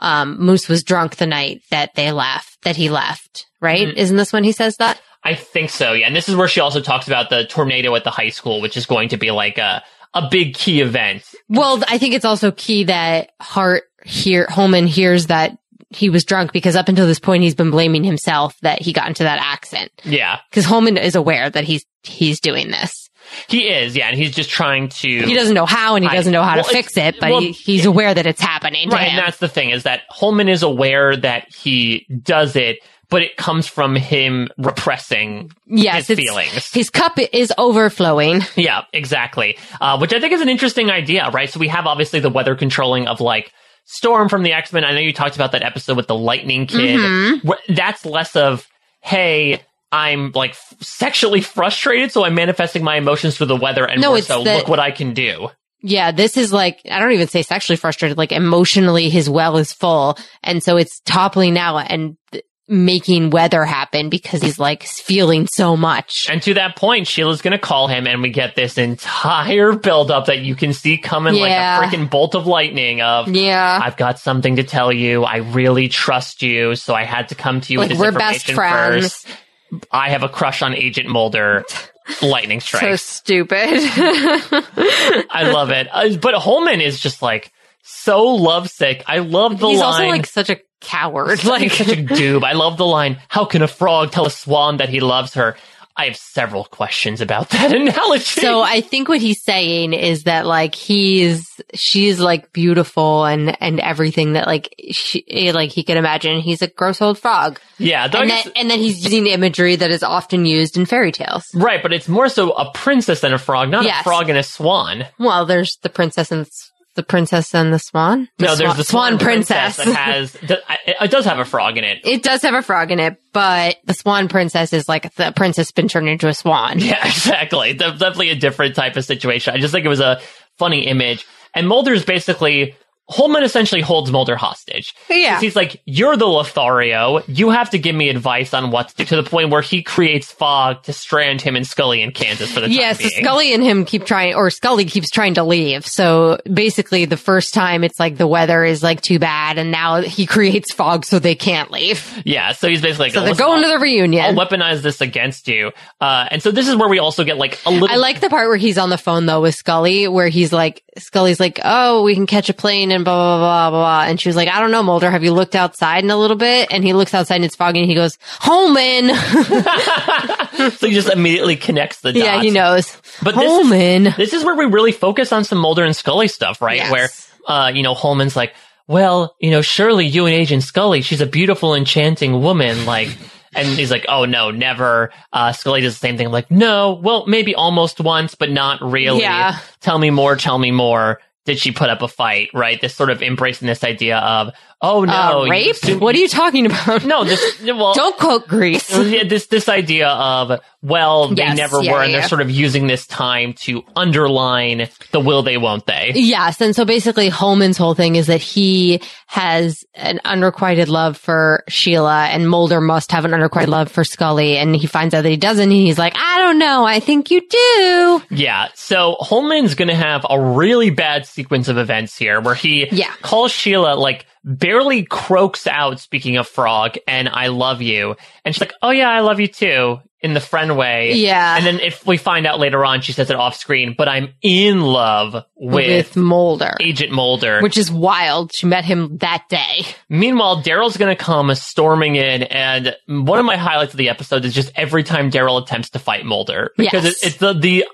Speaker 4: um, Moose was drunk the night that they left, that he left,
Speaker 3: Mm-hmm.
Speaker 4: right? Isn't this when he says that?
Speaker 3: I think so. Yeah. And this is where she also talks about the tornado at the high school, which is going to be like a, a big key event
Speaker 4: Well, I think it's also key that Hart here, Holman hears that he was drunk because up until this point, he's been blaming himself that he got into that accident
Speaker 3: Yeah.
Speaker 4: because Holman is aware that he's, he's doing this.
Speaker 3: He is, yeah, and he's just trying to.
Speaker 4: He doesn't know how and he
Speaker 3: I-
Speaker 4: doesn't know how
Speaker 3: well,
Speaker 4: to fix
Speaker 3: it's-
Speaker 4: it, but
Speaker 3: well,
Speaker 4: he, he's aware that it's happening. to
Speaker 3: Right, and
Speaker 4: him.
Speaker 3: that's the thing is that Holman is aware that he does it, but it comes from him repressing
Speaker 4: yes,
Speaker 3: his
Speaker 4: it's-
Speaker 3: feelings.
Speaker 4: His cup is overflowing.
Speaker 3: Yeah, exactly. Uh, which I think is an interesting idea, right? So we have obviously the weather controlling of like Storm from the X Men. I know you talked about that episode with the Lightning Kid.
Speaker 4: Mm-hmm.
Speaker 3: Wh- That's less of, hey, I'm like f- sexually frustrated, so I'm manifesting my emotions through the weather, and
Speaker 4: No,
Speaker 3: more
Speaker 4: it's
Speaker 3: so,
Speaker 4: the-
Speaker 3: look what I can do.
Speaker 4: Yeah, this is like, I don't even say sexually frustrated, like emotionally his well is full. And so it's toppling out and th- making weather happen because he's like feeling so much.
Speaker 3: And to that point, Sheila's going to call him, and we get this entire buildup that you can see coming
Speaker 4: Yeah.
Speaker 3: like a freaking bolt of lightning. Of
Speaker 4: Yeah.
Speaker 3: I've got something to tell you. I really trust you, so I had to come to you.
Speaker 4: Like
Speaker 3: with this
Speaker 4: we're best
Speaker 3: information
Speaker 4: friends.
Speaker 3: First. I have a crush on Agent Mulder. lightning strikes.
Speaker 4: stupid.
Speaker 3: I love it. Uh, but Holman is just like so lovesick. I love the
Speaker 4: he's
Speaker 3: line.
Speaker 4: also like such a coward.
Speaker 3: It's like
Speaker 4: Like,
Speaker 3: such a doob. I love the line, how can a frog tell a swan that he loves her? I have several questions about that analogy.
Speaker 4: So I think what he's saying is that like he's she's like beautiful and and everything that like she eh, like he can imagine. He's a gross old frog,
Speaker 3: yeah, though I
Speaker 4: and
Speaker 3: guess-
Speaker 4: that and then he's using imagery that is often used in fairy tales.
Speaker 3: right, but it's more so a princess than a frog, not a
Speaker 4: Yes.
Speaker 3: frog and a swan.
Speaker 4: Well, there's the princess and s- the princess and the swan. The
Speaker 3: no, there's
Speaker 4: swan-
Speaker 3: the
Speaker 4: swan, princess.
Speaker 3: that has that- I- it does have a frog in it.
Speaker 4: it does have a frog in it, but the swan princess is like the princess been turned into a swan.
Speaker 3: Yeah, exactly. De- definitely a different type of situation. I just think it was a funny image. And Mulder's basically Holman essentially holds Mulder hostage.
Speaker 4: Yeah.
Speaker 3: 'Cause He's like, You're the Lothario. You have to give me advice on what to do to the point where he creates fog to strand him and Scully in Kansas for the time
Speaker 4: Yes,
Speaker 3: being.
Speaker 4: Scully and him keep trying, or Scully keeps trying to leave. So basically, the first time it's like the weather is like too bad, and now he creates fog so they can't leave.
Speaker 3: Yeah, Oh, so he's basically like,
Speaker 4: So they're
Speaker 3: "Listen,
Speaker 4: going to the
Speaker 3: I'll
Speaker 4: reunion.
Speaker 3: weaponize this against you. Uh, and so this is where we also get like a little
Speaker 4: I like the part where he's on the phone though with Scully, where he's like, Scully's like, oh, we can catch a plane and blah, blah, blah, blah, blah. And she was like, I don't know, Mulder, have you looked outside in a little bit? And he looks outside and it's foggy and he goes, Holman.
Speaker 3: so he just immediately connects the dots.
Speaker 4: yeah, he knows.
Speaker 3: But this is-
Speaker 4: Holman.
Speaker 3: This is where we really focus on some Mulder and Scully stuff, right?
Speaker 4: Yes.
Speaker 3: Where, uh, you know, Holman's like, well, you know, surely you and Agent Scully, she's a beautiful, enchanting woman. Like, and he's like, oh no, never. Uh, Scully does the same thing. Like, no, well, maybe almost once, but not really.
Speaker 4: Yeah.
Speaker 3: Tell me more. Tell me more. Did she put up a fight? Right. This sort of embracing this idea of, oh no,
Speaker 4: uh,
Speaker 3: you
Speaker 4: rape?
Speaker 3: assume-
Speaker 4: what are you talking about?
Speaker 3: no, this, well,
Speaker 4: Don't quote Greece.
Speaker 3: yeah, this this idea of well they
Speaker 4: Yes,
Speaker 3: never
Speaker 4: yeah,
Speaker 3: were and
Speaker 4: yeah,
Speaker 3: they're
Speaker 4: yeah.
Speaker 3: sort of using this time to underline the will they won't they
Speaker 4: Yes. And so basically Holman's whole thing is that he has an unrequited love for Sheila and Mulder must have an unrequited love for Scully. And he finds out that he doesn't. And he's like, I don't know. I think you do.
Speaker 3: yeah so holman's gonna have a really bad sequence of events here where he
Speaker 4: Yeah.
Speaker 3: calls sheila like barely croaks out speaking of frog and i love you and she's like oh yeah i love you too in the friend way
Speaker 4: Yeah.
Speaker 3: and then if we find out later on she says it off screen but i'm in love with,
Speaker 4: With Mulder,
Speaker 3: agent mulder
Speaker 4: which is wild. She met him that day.
Speaker 3: Meanwhile, Daryl's going to come storming in, and one of my highlights of the episode is just every time Daryl attempts to fight Mulder because
Speaker 4: Yes.
Speaker 3: it, it's the the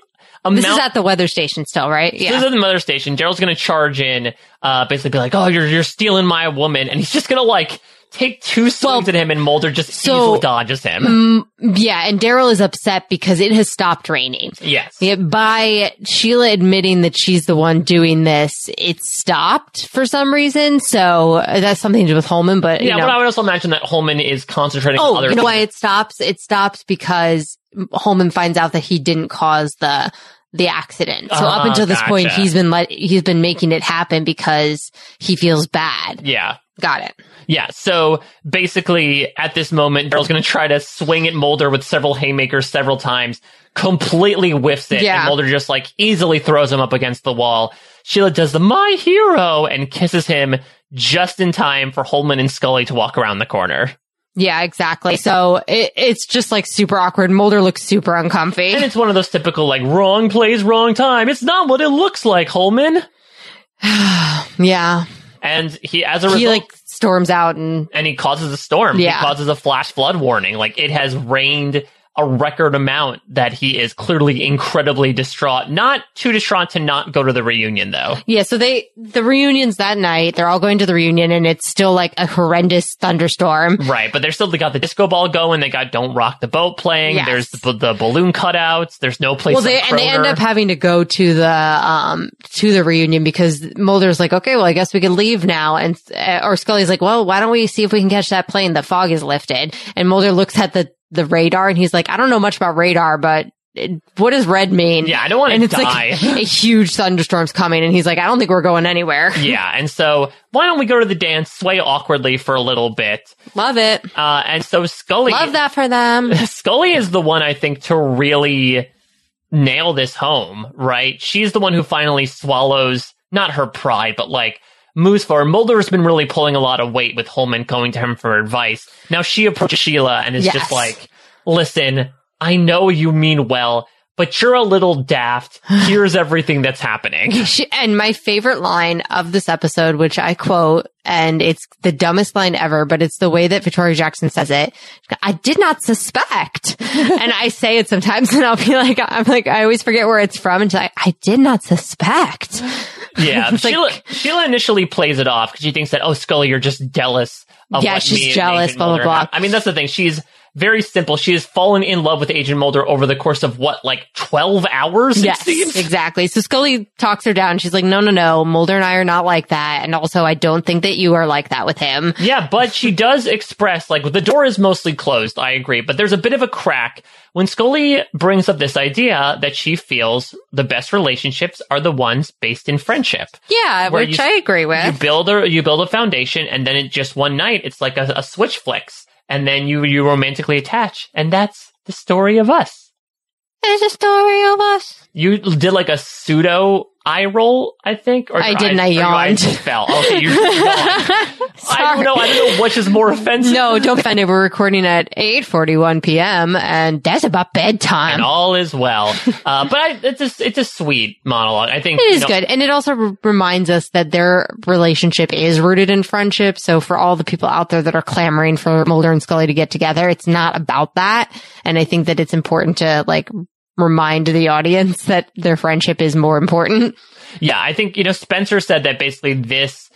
Speaker 3: amount.
Speaker 4: This is at the weather station still, right?
Speaker 3: This is at the mother station. Daryl's going to charge in, uh, basically be like, "Oh, you're you're stealing my woman," and he's just going to like take two swings at him, and Mulder just
Speaker 4: so- mm,
Speaker 3: easily dodges him.
Speaker 4: Yeah. And Daryl is upset because it has stopped raining.
Speaker 3: yes.
Speaker 4: Yeah, by Sheila admitting that she's the one doing this, it stopped for some reason. So uh, that's something to do with Holman, but you
Speaker 3: Yeah,
Speaker 4: know.
Speaker 3: but I would also imagine that Holman is concentrating on
Speaker 4: oh,
Speaker 3: other
Speaker 4: you know
Speaker 3: things.
Speaker 4: why it stops? It stops because Holman finds out that he didn't cause the the accident. So up
Speaker 3: Ah,
Speaker 4: until this point,
Speaker 3: gotcha.
Speaker 4: he's been let he's been making it happen because he feels bad.
Speaker 3: Yeah.
Speaker 4: Got it.
Speaker 3: Yeah, so basically at this moment, Daryl's going to try to swing at Mulder with several haymakers several times, completely whiffs it,
Speaker 4: Yeah.
Speaker 3: and Mulder just like easily throws him up against the wall. Sheila does the my hero and kisses him just in time for Holman and Scully to walk around the corner.
Speaker 4: Yeah, exactly. So it, it's just like super awkward. Mulder looks super uncomfy.
Speaker 3: And it's one of those typical like wrong place, wrong time. It's not what it looks like, Holman.
Speaker 4: yeah,
Speaker 3: And he, as a result,
Speaker 4: he like storms out and
Speaker 3: and he causes a storm.
Speaker 4: Yeah.
Speaker 3: He causes a flash flood warning. Like it has rained a record amount that he is clearly incredibly distraught. Not too distraught to not go to the reunion though.
Speaker 4: Yeah, so they the reunions that night. They're all going to the reunion, and it's still like a horrendous thunderstorm.
Speaker 3: Right, but they're still they got the disco ball going. They got "Don't Rock the Boat" playing.
Speaker 4: Yes.
Speaker 3: There's the, the balloon cutouts. There's no place.
Speaker 4: Well, they
Speaker 3: on
Speaker 4: and they end
Speaker 3: Kroger.
Speaker 4: up having to go to the um to the reunion because Mulder's like, okay, well, I guess we can leave now, and uh, or Scully's like, well, why don't we see if we can catch that plane? The fog is lifted, and Mulder looks at the the radar, and he's like, I don't know much about radar, but. it- What does red mean?
Speaker 3: Yeah, I don't wanna
Speaker 4: And it's
Speaker 3: die.
Speaker 4: like a huge thunderstorm's coming, and he's like, "I don't think we're going anywhere."
Speaker 3: yeah, and so why don't we go to the dance, sway awkwardly for a little bit,
Speaker 4: Love it,
Speaker 3: uh, and so Scully
Speaker 4: love that for them.
Speaker 3: Scully is the one I think to really nail this home, right? She's the one who finally swallows not her pride, but like moves forward. Mulder has been really pulling a lot of weight with Holman going to him for advice. Now she approaches Sheila and is
Speaker 4: Yes.
Speaker 3: just like, listen, I know you mean well, but you're a little daft. Here's everything that's happening.
Speaker 4: She, and my favorite line of this episode, which I quote, and it's the dumbest line ever, but it's the way that Victoria Jackson says it. I did not suspect. and I say it sometimes and I'll be like, I'm like, I always forget where it's from. And she's like, I did not suspect.
Speaker 3: Yeah.
Speaker 4: It's like-
Speaker 3: Sheila, Sheila initially plays it off because she thinks that, oh, Scully, you're just jealous of
Speaker 4: Yeah,
Speaker 3: what
Speaker 4: she's
Speaker 3: me and
Speaker 4: jealous,
Speaker 3: Agent
Speaker 4: blah, blah,
Speaker 3: Mulder
Speaker 4: blah.
Speaker 3: have. I mean, that's the thing. She's very simple. She has fallen in love with Agent Mulder over the course of what, like 12 hours? it
Speaker 4: Yes,
Speaker 3: seems?
Speaker 4: exactly. So Scully talks her down. She's like, no, no, no. Mulder and I are not like that. And also, I don't think that you are like that with him.
Speaker 3: Yeah, but she does express like the door is mostly closed. I agree, but there's a bit of a crack when Scully brings up this idea that she feels the best relationships are the ones based in friendship.
Speaker 4: Yeah,
Speaker 3: Where
Speaker 4: which
Speaker 3: you-
Speaker 4: I agree
Speaker 3: You
Speaker 4: with.
Speaker 3: build a you build a foundation, and then it just one night it's like a, a switch flicks, and then you you romantically attach, and that's the story of us.
Speaker 4: There's a story of us.
Speaker 3: You did like a pseudo eye roll, I think. Or
Speaker 4: I
Speaker 3: your
Speaker 4: didn't,
Speaker 3: eyes-
Speaker 4: I
Speaker 3: or your eyes
Speaker 4: yawned.
Speaker 3: just fell. Okay, you just yawned. I don't know. I don't know which is more offensive.
Speaker 4: No, don't offend it. We're recording at 8.41 p.m. and that's about bedtime.
Speaker 3: and all is well. Uh, but I, it's a, it's a sweet monologue. I think
Speaker 4: It
Speaker 3: you
Speaker 4: is
Speaker 3: know,
Speaker 4: good. And it also r- reminds us that their relationship is rooted in friendship. So for all the people out there that are clamoring for Mulder and Scully to get together, it's not about that. And I think that it's important to like remind the audience that their friendship is more important.
Speaker 3: Yeah, I think you know Spencer said that basically this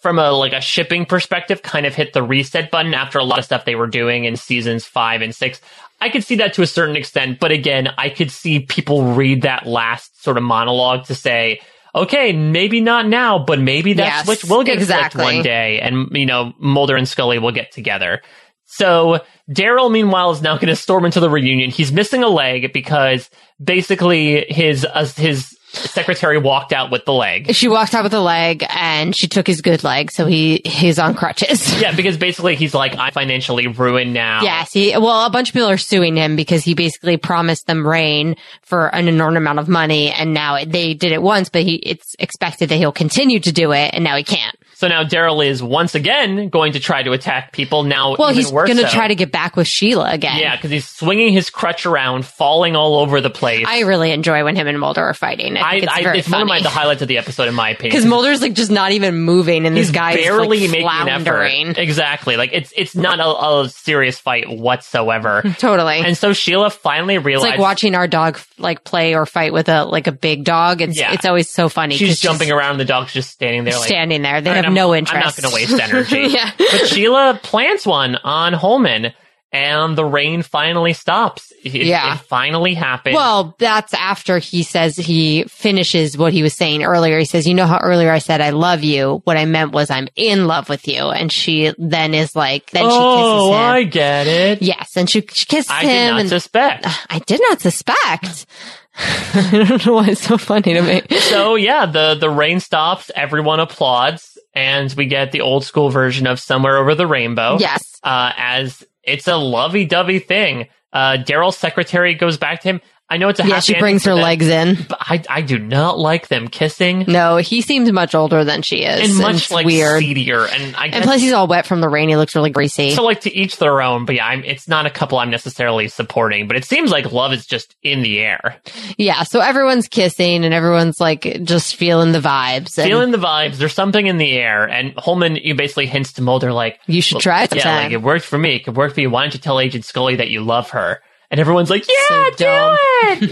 Speaker 3: from a like a shipping perspective kind of hit the reset button after a lot of stuff they were doing in seasons 5 and 6. I could see that to a certain extent, but again, I could see people read that last sort of monologue to say Okay, maybe not now, but maybe that
Speaker 4: Yes,
Speaker 3: switch will get flipped
Speaker 4: exactly.
Speaker 3: one day, and you know Mulder and Scully will get together. So Daryl, meanwhile, is now going to storm into the reunion. He's missing a leg because basically his uh, his secretary walked out with the leg.
Speaker 4: She walked out with a leg and she took his good leg. So he, he's on crutches.
Speaker 3: Yeah, because basically he's like, I'm financially ruined now.
Speaker 4: Yes, he, well, a bunch of people are suing him because he basically promised them rain for an enormous amount of money, and now they did it once, but he it's expected that he'll continue to do it, and now he can't.
Speaker 3: So now Daryl is once again going to try to attack people. Now,
Speaker 4: Well,
Speaker 3: even
Speaker 4: he's
Speaker 3: worse
Speaker 4: going to
Speaker 3: so.
Speaker 4: try to get back with Sheila again.
Speaker 3: Yeah, because he's swinging his crutch around, falling all over the place.
Speaker 4: I really enjoy when him and Mulder are fighting. I,
Speaker 3: I,
Speaker 4: think it's
Speaker 3: I-
Speaker 4: very
Speaker 3: it's one of my, the
Speaker 4: funny
Speaker 3: highlights of the episode, in my opinion.
Speaker 4: because Mulder's like just not even moving, and this
Speaker 3: He's
Speaker 4: guy
Speaker 3: barely
Speaker 4: is like,
Speaker 3: making an
Speaker 4: floundering.
Speaker 3: effort. Exactly. Like it's it's not a, a serious fight whatsoever.
Speaker 4: Totally,
Speaker 3: and so Sheila finally
Speaker 4: it's
Speaker 3: realized
Speaker 4: like watching our dog like play or fight with a like a big dog. It's
Speaker 3: Yeah.
Speaker 4: it's always so funny.
Speaker 3: she's
Speaker 4: 'cause
Speaker 3: jumping around. The dog's just standing there, like
Speaker 4: standing there. They
Speaker 3: "All right,
Speaker 4: have
Speaker 3: I'm-
Speaker 4: no interest.
Speaker 3: I'm not going to waste energy.
Speaker 4: Yeah.
Speaker 3: But Sheila plants one on Holman, and the rain finally stops. It,
Speaker 4: Yeah.
Speaker 3: it finally happens.
Speaker 4: Well, that's after he says he finishes what he was saying earlier. He says, You know how earlier I said I love you? What I meant was I'm in love with you. And she then is like, Then
Speaker 3: oh,
Speaker 4: she kisses him.
Speaker 3: I get it.
Speaker 4: yes. And she, she kisses
Speaker 3: I did
Speaker 4: him.
Speaker 3: not
Speaker 4: And
Speaker 3: suspect.
Speaker 4: I did not suspect. I don't know why it's so funny to me.
Speaker 3: so yeah, the the rain stops. Everyone applauds, and we get the old school version of "Somewhere Over the Rainbow."
Speaker 4: Yes.
Speaker 3: uh, as it's a lovey-dovey thing. Uh, Daryl's secretary goes back to him. I know it's a
Speaker 4: Yeah,
Speaker 3: happy
Speaker 4: she
Speaker 3: ending
Speaker 4: brings
Speaker 3: for
Speaker 4: her
Speaker 3: them,
Speaker 4: legs in.
Speaker 3: But I, I do not like them kissing,
Speaker 4: No, he seems much older than she is.
Speaker 3: and much
Speaker 4: it's
Speaker 3: like
Speaker 4: weird.
Speaker 3: seedier. And I
Speaker 4: And
Speaker 3: guess,
Speaker 4: plus, he's all wet from the rain. He looks really greasy.
Speaker 3: so like to each their own. But yeah, I'm, it's not a couple I'm necessarily supporting. But it seems like love is just in the air,
Speaker 4: yeah. So everyone's kissing and everyone's like just feeling the vibes. And
Speaker 3: feeling the vibes. There's something in the air, and Holman you basically hints to Mulder like
Speaker 4: you should try it sometime.
Speaker 3: Yeah, like it worked for me. It could work for you. Why don't you tell Agent Scully that you love her? And everyone's like, yeah,
Speaker 4: dumb.
Speaker 3: do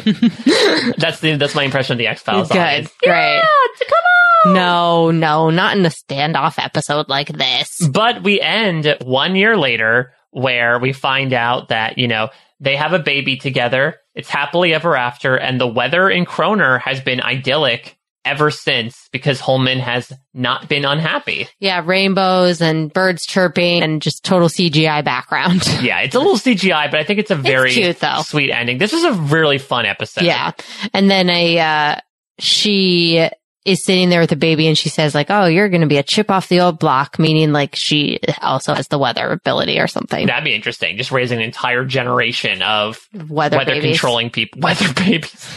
Speaker 3: it. that's the that's my impression of the X Files.
Speaker 4: Good. Great. come on. No, no, not in a standoff episode like this.
Speaker 3: But we end one year later, where we find out that you know they have a baby together. It's happily ever after, and the weather in Kroner has been idyllic ever since because Holman has not been unhappy.
Speaker 4: Yeah, rainbows and birds chirping and just total CGI background.
Speaker 3: Yeah, it's a little CGI, but I think it's a very
Speaker 4: cute, though.
Speaker 3: sweet ending. This is a really fun episode.
Speaker 4: yeah. And then a uh she is sitting there with the baby and she says like, "Oh, you're going to be a chip off the old block," meaning like she also has the weather ability or something.
Speaker 3: That'd be interesting. Just raising an entire generation of
Speaker 4: Weather,
Speaker 3: weather
Speaker 4: babies.
Speaker 3: controlling people. Weather babies.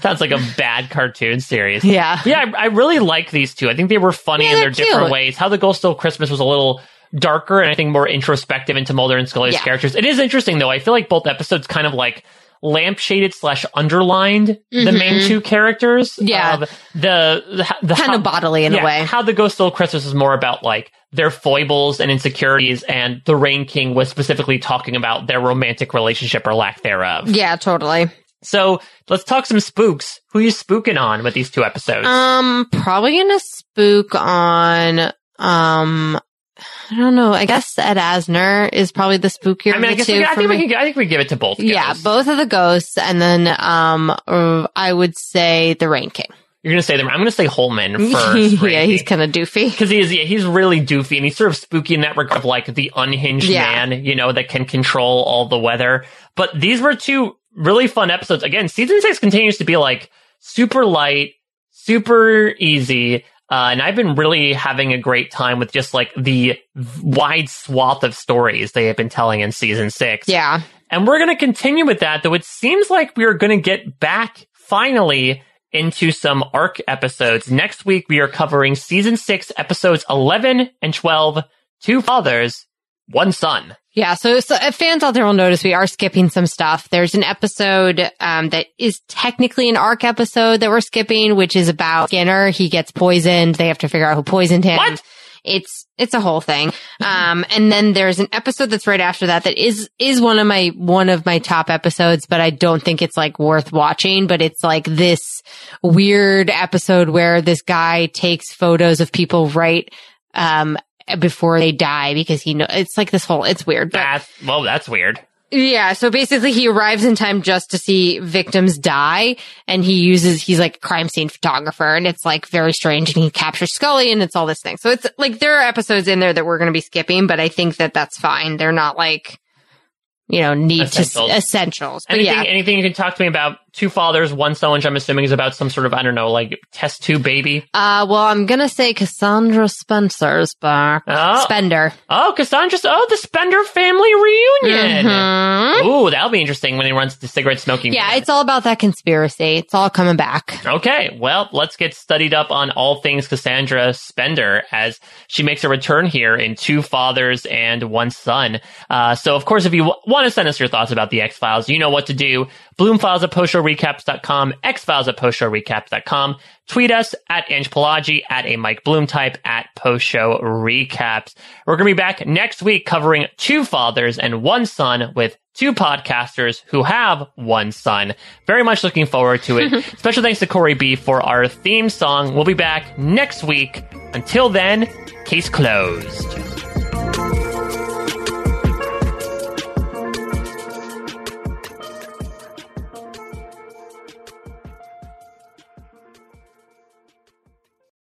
Speaker 3: Sounds like a bad cartoon series.
Speaker 4: Yeah.
Speaker 3: Yeah, I, I really like these two. I think they were funny
Speaker 4: Yeah,
Speaker 3: in their
Speaker 4: they're
Speaker 3: different
Speaker 4: cute.
Speaker 3: ways. How the Ghost Stole Christmas was a little darker and I think more introspective into Mulder and Scully's
Speaker 4: Yeah.
Speaker 3: characters. It is interesting though. I feel like both episodes kind of like lampshaded slash underlined the main two characters.
Speaker 4: Mm-hmm. Yeah.
Speaker 3: of the the, the
Speaker 4: Kind of bodily in a
Speaker 3: yeah,
Speaker 4: way.
Speaker 3: How the Ghost Little Christmas is more about like their foibles and insecurities, and the Rain King was specifically talking about their romantic relationship or lack thereof.
Speaker 4: Yeah, totally.
Speaker 3: So let's talk some spooks. Who you spooking on with these two episodes?
Speaker 4: Um, probably gonna spook on, um, I don't know. I guess Ed Asner is probably the spookier
Speaker 3: I mean, I
Speaker 4: of the
Speaker 3: guess
Speaker 4: two.
Speaker 3: we, I
Speaker 4: for
Speaker 3: think we
Speaker 4: me.
Speaker 3: can. I think we give it to both.
Speaker 4: yeah,
Speaker 3: ghosts.
Speaker 4: both of the ghosts, and then um, uh, I would say the Rain King.
Speaker 3: You're gonna say them. I'm gonna say Holman first.
Speaker 4: yeah, he's kind of doofy.
Speaker 3: because he is. Yeah, he's really doofy and he's sort of spooky in that regard of like the unhinged
Speaker 4: Yeah.
Speaker 3: man, you know, that can control all the weather. But these were two really fun episodes. Again, season six continues to be like super light, super easy. Uh, and I've been really having a great time with just like the wide swath of stories they have been telling in season six.
Speaker 4: Yeah,
Speaker 3: And we're going to continue with that, though it seems like we are going to get back finally into some arc episodes. Next week, we are covering season six, episodes 11 and 12, two fathers, one son.
Speaker 4: yeah. So, so uh, fans out there will notice we are skipping some stuff. There's an episode um, that is technically an arc episode that we're skipping, which is about Skinner. He gets poisoned. They have to figure out who poisoned him.
Speaker 3: What?
Speaker 4: It's it's a whole thing. Um, and then there's an episode that's right after that that is is one of my one of my top episodes, but I don't think it's like worth watching. But it's like this weird episode where this guy takes photos of people right um before they die because he know it's like this whole it's weird. But
Speaker 3: That's, well, that's weird.
Speaker 4: yeah, so basically he arrives in time just to see victims die and he uses he's like a crime scene photographer and it's like very strange and he captures Scully and it's all this thing. So it's like there are episodes in there that we're going to be skipping, but I think that that's fine. They're not like you know, need
Speaker 3: Essentials.
Speaker 4: to essentials. But
Speaker 3: Anything,
Speaker 4: yeah.
Speaker 3: anything you can talk to me about two fathers, one son, which I'm assuming is about some sort of, I don't know, like test tube baby.
Speaker 4: Uh, well, I'm gonna say Cassandra Spencer's back.
Speaker 3: Oh.
Speaker 4: Spender.
Speaker 3: Oh, Cassandra's, oh, the Spender family reunion.
Speaker 4: Mhm.
Speaker 3: Ooh, that'll be interesting when he runs the cigarette smoking.
Speaker 4: Yeah,
Speaker 3: ban.
Speaker 4: it's all about that conspiracy. It's all coming back.
Speaker 3: Okay, well, let's get studied up on all things Cassandra Spender as she makes a return here in Two Fathers and One Son. Uh, so, of course, if you w- want to send us your thoughts about the X Files, you know what to do. Bloomfiles at postshowrecaps.com, X Files at postshowrecaps.com. Tweet us at Ange Pelagi, at a Mike Bloom type, at post show recaps. We're going to be back next week covering Two Fathers and One Son with two podcasters who have one son. Very much looking forward to it. Special thanks to Corey B for our theme song. We'll be back next week. Until then, case closed.